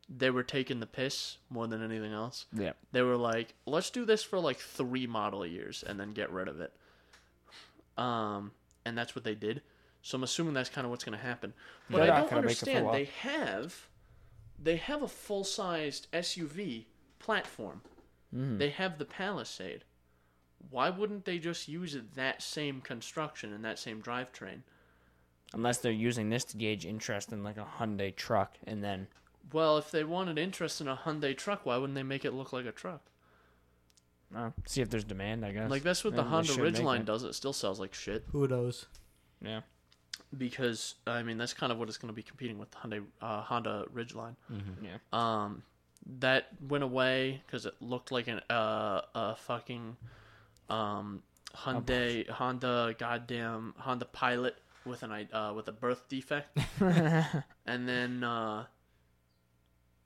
S1: they were taking the piss more than anything else.
S2: Yeah.
S1: they were like, let's do this for like three model years and then get rid of it. Um, and that's what they did. So I'm assuming that's kind of what's going to happen. But
S2: They're
S1: I
S2: not
S1: don't
S2: gonna make it for a
S1: understand.
S2: while.
S1: They have, they have a full-sized SUV platform.
S2: Mm-hmm.
S1: They have the Palisade. Why wouldn't they just use that same construction and that same drivetrain?
S2: Unless they're using this to gauge interest in like a Hyundai truck and then
S1: Well, if they wanted interest in a Hyundai truck, why wouldn't they make it look like a truck?
S2: uh, see if there's demand, I guess.
S1: Like that's what the
S2: Maybe they
S1: Honda
S2: should make
S1: Ridgeline
S2: it.
S1: does. It still sells like shit.
S3: Who knows?
S2: Yeah.
S1: because I mean that's kind of what it's going to be competing with the Hyundai uh, Honda Ridgeline.
S2: Yeah.
S1: Um, that went away because it looked like an uh, a fucking um, Hyundai Honda goddamn Honda Pilot with an i- uh, with a birth defect, and then uh,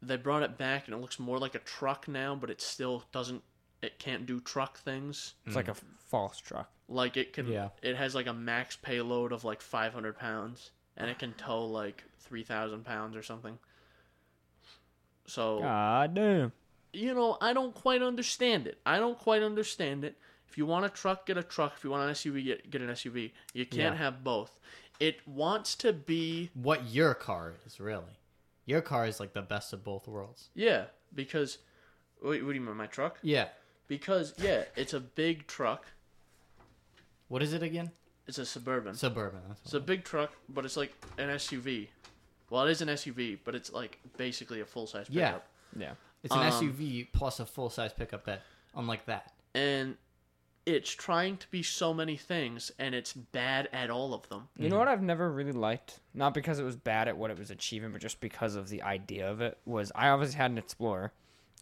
S1: they brought it back and it looks more like a truck now, but it still doesn't. It can't do truck things.
S2: It's like a f- false truck.
S1: Like it can,
S3: Yeah.
S1: it has like a max payload of like 500 pounds, and it can tow like 3,000 pounds or something. So
S2: God Ah, damn.
S1: you know, I don't quite understand it. I don't quite understand it. If you want a truck, get a truck. If you want an SUV, get get an SUV. You can't
S3: Yeah.
S1: have both. It wants to be
S3: What your car is really? Your car is like the best of both worlds.
S1: yeah because wait, what do you mean my truck?
S3: Yeah.
S1: Because yeah, it's a big truck.
S3: What is it again?
S1: It's a suburban.
S3: Suburban. That's
S1: It's a big truck, but it's like an SUV. Well, it is an SUV, but it's like basically a full size
S3: Yeah.
S1: pickup.
S2: Yeah.
S3: It's an
S1: Um,
S3: SUV plus a full size pickup that, unlike that.
S1: And it's trying to be so many things, and it's bad at all of them.
S2: You know what I've never really liked? Not because it was bad at what it was achieving, but just because of the idea of it was I obviously had an Explorer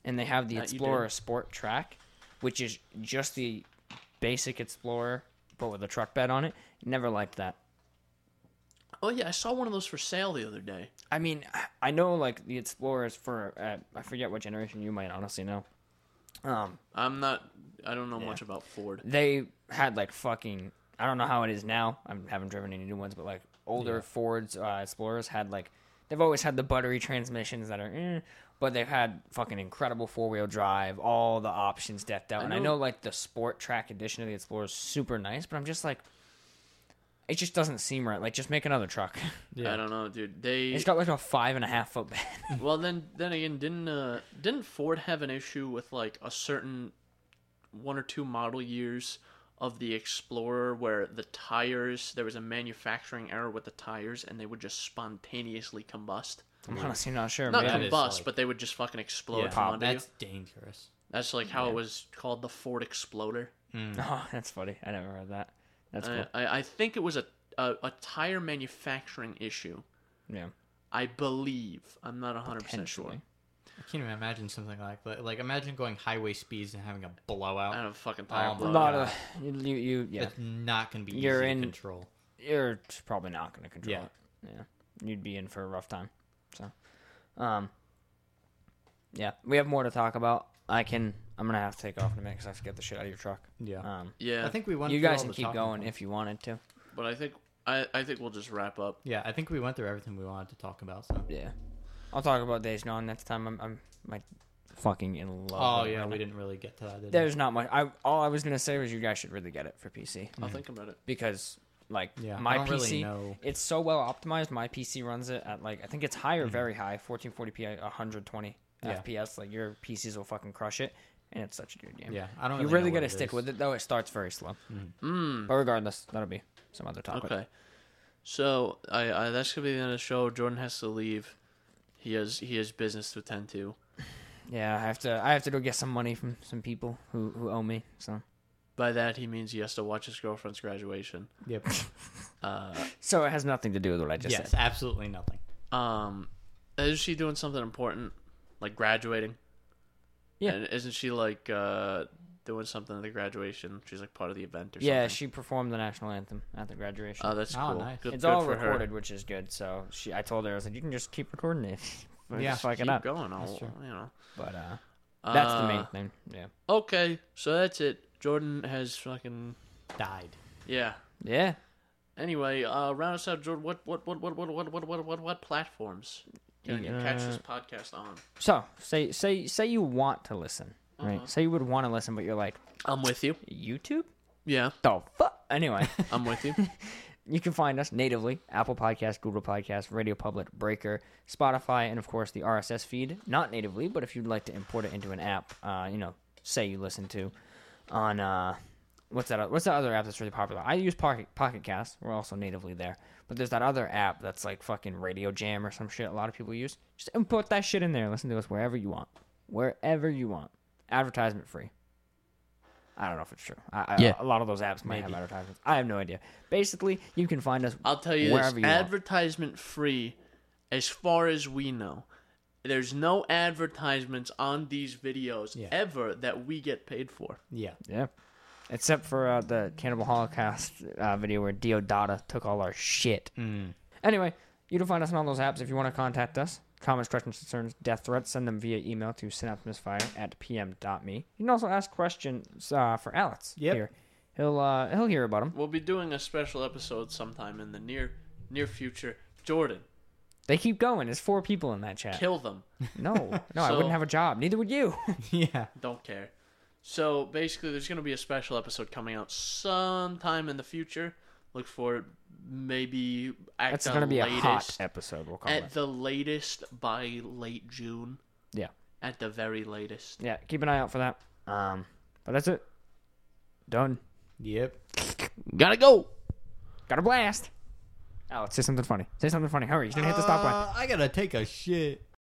S2: and they have the
S1: That you
S2: Explorer
S1: did.
S2: Sport Track, which is just the basic Explorer but with a truck bed on it. Never liked that.
S1: Oh yeah, I saw one of those for sale the other day.
S2: I mean, I- I know like the Explorers for uh, I forget what generation you might honestly know. Um,
S1: I'm not. I don't know much about Ford.
S2: they had like fucking I don't know how it is now. I haven't driven any new ones, but like older Fords, uh, Explorers had like they've always had the buttery transmissions that are, eh, but they've had fucking incredible four wheel drive, all the options decked out. and I
S1: know-
S2: know like the Sport Track edition of the Explorer is super nice, but I'm just like, it just doesn't seem right. Like just make another truck.
S1: I don't know, dude. They
S2: it's got like a five and a half foot bed.
S1: well then then again didn't uh, didn't Ford have an issue with like a certain one or two model years of the Explorer where the tires there was a manufacturing error with the tires and they would just spontaneously combust.
S2: I'm honestly not sure.
S1: Not
S2: man.
S3: that is,
S1: combust,
S3: like-
S1: but they would just fucking explode from
S2: Pop.
S1: under you.
S3: That's dangerous.
S1: That's like how it was called the Ford Exploder.
S2: Oh, that's funny. I never heard that. That's cool.
S1: I, I, I think it was a, a a tire manufacturing issue.
S2: yeah.
S1: I believe. I'm not 100% sure.
S2: Potentially.
S3: I can't even imagine something like that. Like imagine going highway speeds and having a
S1: I
S3: blowout.
S1: don't have a fucking tire
S3: Um,
S1: blow.
S2: A lot of you, you, you yeah.
S3: It's not going to be
S2: You're
S3: easy to
S2: in-
S3: control.
S2: you're t- probably not going to control
S3: Yeah.
S2: it. Yeah, you'd be in for a rough time. So, um, yeah, we have more to talk about. I can. I'm gonna have to take off in a minute because I have to get the shit out of your truck.
S3: Yeah.
S2: Um,
S1: yeah,
S3: I think we went.
S2: you
S3: through
S2: guys
S3: all
S2: can
S3: the
S2: keep
S3: talking
S2: going
S3: points.
S2: if you wanted to.
S1: but I think I, I think we'll just wrap up.
S3: Yeah, I think we went through everything we wanted to talk about. So.
S2: Yeah, I'll talk about Days Gone next time. I'm, I'm like fucking in love.
S3: Oh
S2: with it
S3: yeah,
S2: right
S3: we
S2: now.
S3: didn't really get to that. Did
S2: There's not much. I all I was gonna say was you guys should really get it for PC
S3: Oh,
S1: I'll think about it.
S2: because like
S3: Yeah, I
S2: my
S3: don't
S2: PC,
S3: really know.
S2: it's so well optimized. My PC runs it at like I think it's high or very high, 1440p, 120
S3: Mm-hmm. Yeah.
S2: FPS. Like your PCs will fucking crush it, and it's such a good game.
S3: Yeah, I don't.
S2: you
S3: really
S2: really
S3: know what
S2: gotta
S3: it
S2: stick
S3: is. Mm-hmm.
S2: with it though. It starts very slow, but regardless, that'll be some other topic.
S1: Okay. So I, I that's gonna be the end of the show. Jordan has to leave. He has he has business to attend to.
S2: Yeah, I have to. I have to go get some money from some people who who owe me. So,
S1: By that, he means he has to watch his girlfriend's graduation.
S3: Yep.
S2: so it has nothing to do with what I just
S3: yes,
S2: said.
S3: absolutely nothing.
S1: Um, is she doing something important, like graduating?
S2: Yeah.
S1: And isn't she like uh doing something at the graduation? She's like part of the event or something.
S2: Yeah, she performed the national anthem at the graduation.
S1: Oh, that's
S3: Oh,
S1: cool.
S3: nice.
S1: Good,
S2: it's
S1: good
S2: all
S1: for her.
S2: recorded, which is good. So she, I told her, I was like, you can just keep recording it. if I
S3: Yeah,
S2: just fuck it
S1: Keep
S2: up.
S1: going. I'll,
S3: That's true.
S1: you know.
S2: But uh, that's the main
S1: Uh,
S2: thing. Yeah.
S1: Okay, so that's it. Jordan has fucking
S3: Died.
S1: yeah.
S2: Yeah.
S1: Anyway, uh, round us out, Jordan. What what what what what what what what what, what platforms can you catch this podcast on?
S2: So say say say you want to listen, right?
S1: Uh-huh.
S2: Say you would want to listen, but you're like
S1: I'm with you.
S2: YouTube.
S1: Yeah,
S2: The fuck. Anyway,
S1: I'm with you.
S2: you can find us natively Apple Podcast, Google Podcast, Radio Public, Breaker, Spotify, and of course the RSS feed. Not natively, but if you'd like to import it into an app, uh, you know, say you listen to on uh, what's that? What's that other app that's really popular? I use Pocket Pocket Cast. We're also natively there, but there's that other app that's like fucking Radio Jam or some shit. A lot of people use. Just import that shit in there. Listen to us wherever you want, wherever you want. Advertisement free. I don't know if it's true. I, I,
S3: Yeah.
S2: A lot of those apps might have advertisements. I have no idea. Basically, you can find us.
S1: I'll tell you
S2: wherever
S1: this:
S2: you want.
S1: advertisement free, as far as we know. There's no advertisements on these videos
S3: Yeah.
S1: ever that we get paid for.
S3: Yeah.
S2: Yeah. Except for uh, the Cannibal Holocaust uh, video where Diodata took all our shit.
S1: Mm.
S2: Anyway, you can find us on all those apps if you want to contact us. Comments, questions, concerns, death threats, send them via email to synapsemisfire at pm.me. You can also ask questions uh, for Alex
S3: Yep.
S2: here. He'll, uh, he'll hear about them.
S1: We'll be doing a special episode sometime in the near near future. Jordan,
S2: They keep going. There's four people in that chat.
S1: kill them.
S2: no, no, I
S1: So-
S2: wouldn't have a job. Neither would you.
S3: Yeah.
S1: Don't care. So basically, there's going to be a special episode coming out sometime in the future. Look for it maybe at
S2: That's
S1: the
S2: going to be a hot
S1: latest,
S2: episode, we'll call
S1: at
S2: it.
S1: the latest by late June,
S2: Yeah.
S1: at the very latest.
S2: Yeah, keep an eye out for that. Um, But that's it. Done.
S3: Yep.
S1: Gotta go.
S2: Got a Oh, blast. Alex, say something funny. Say something funny. Hurry. He's going to hit the stop sign.
S3: Uh, I gotta take a shit.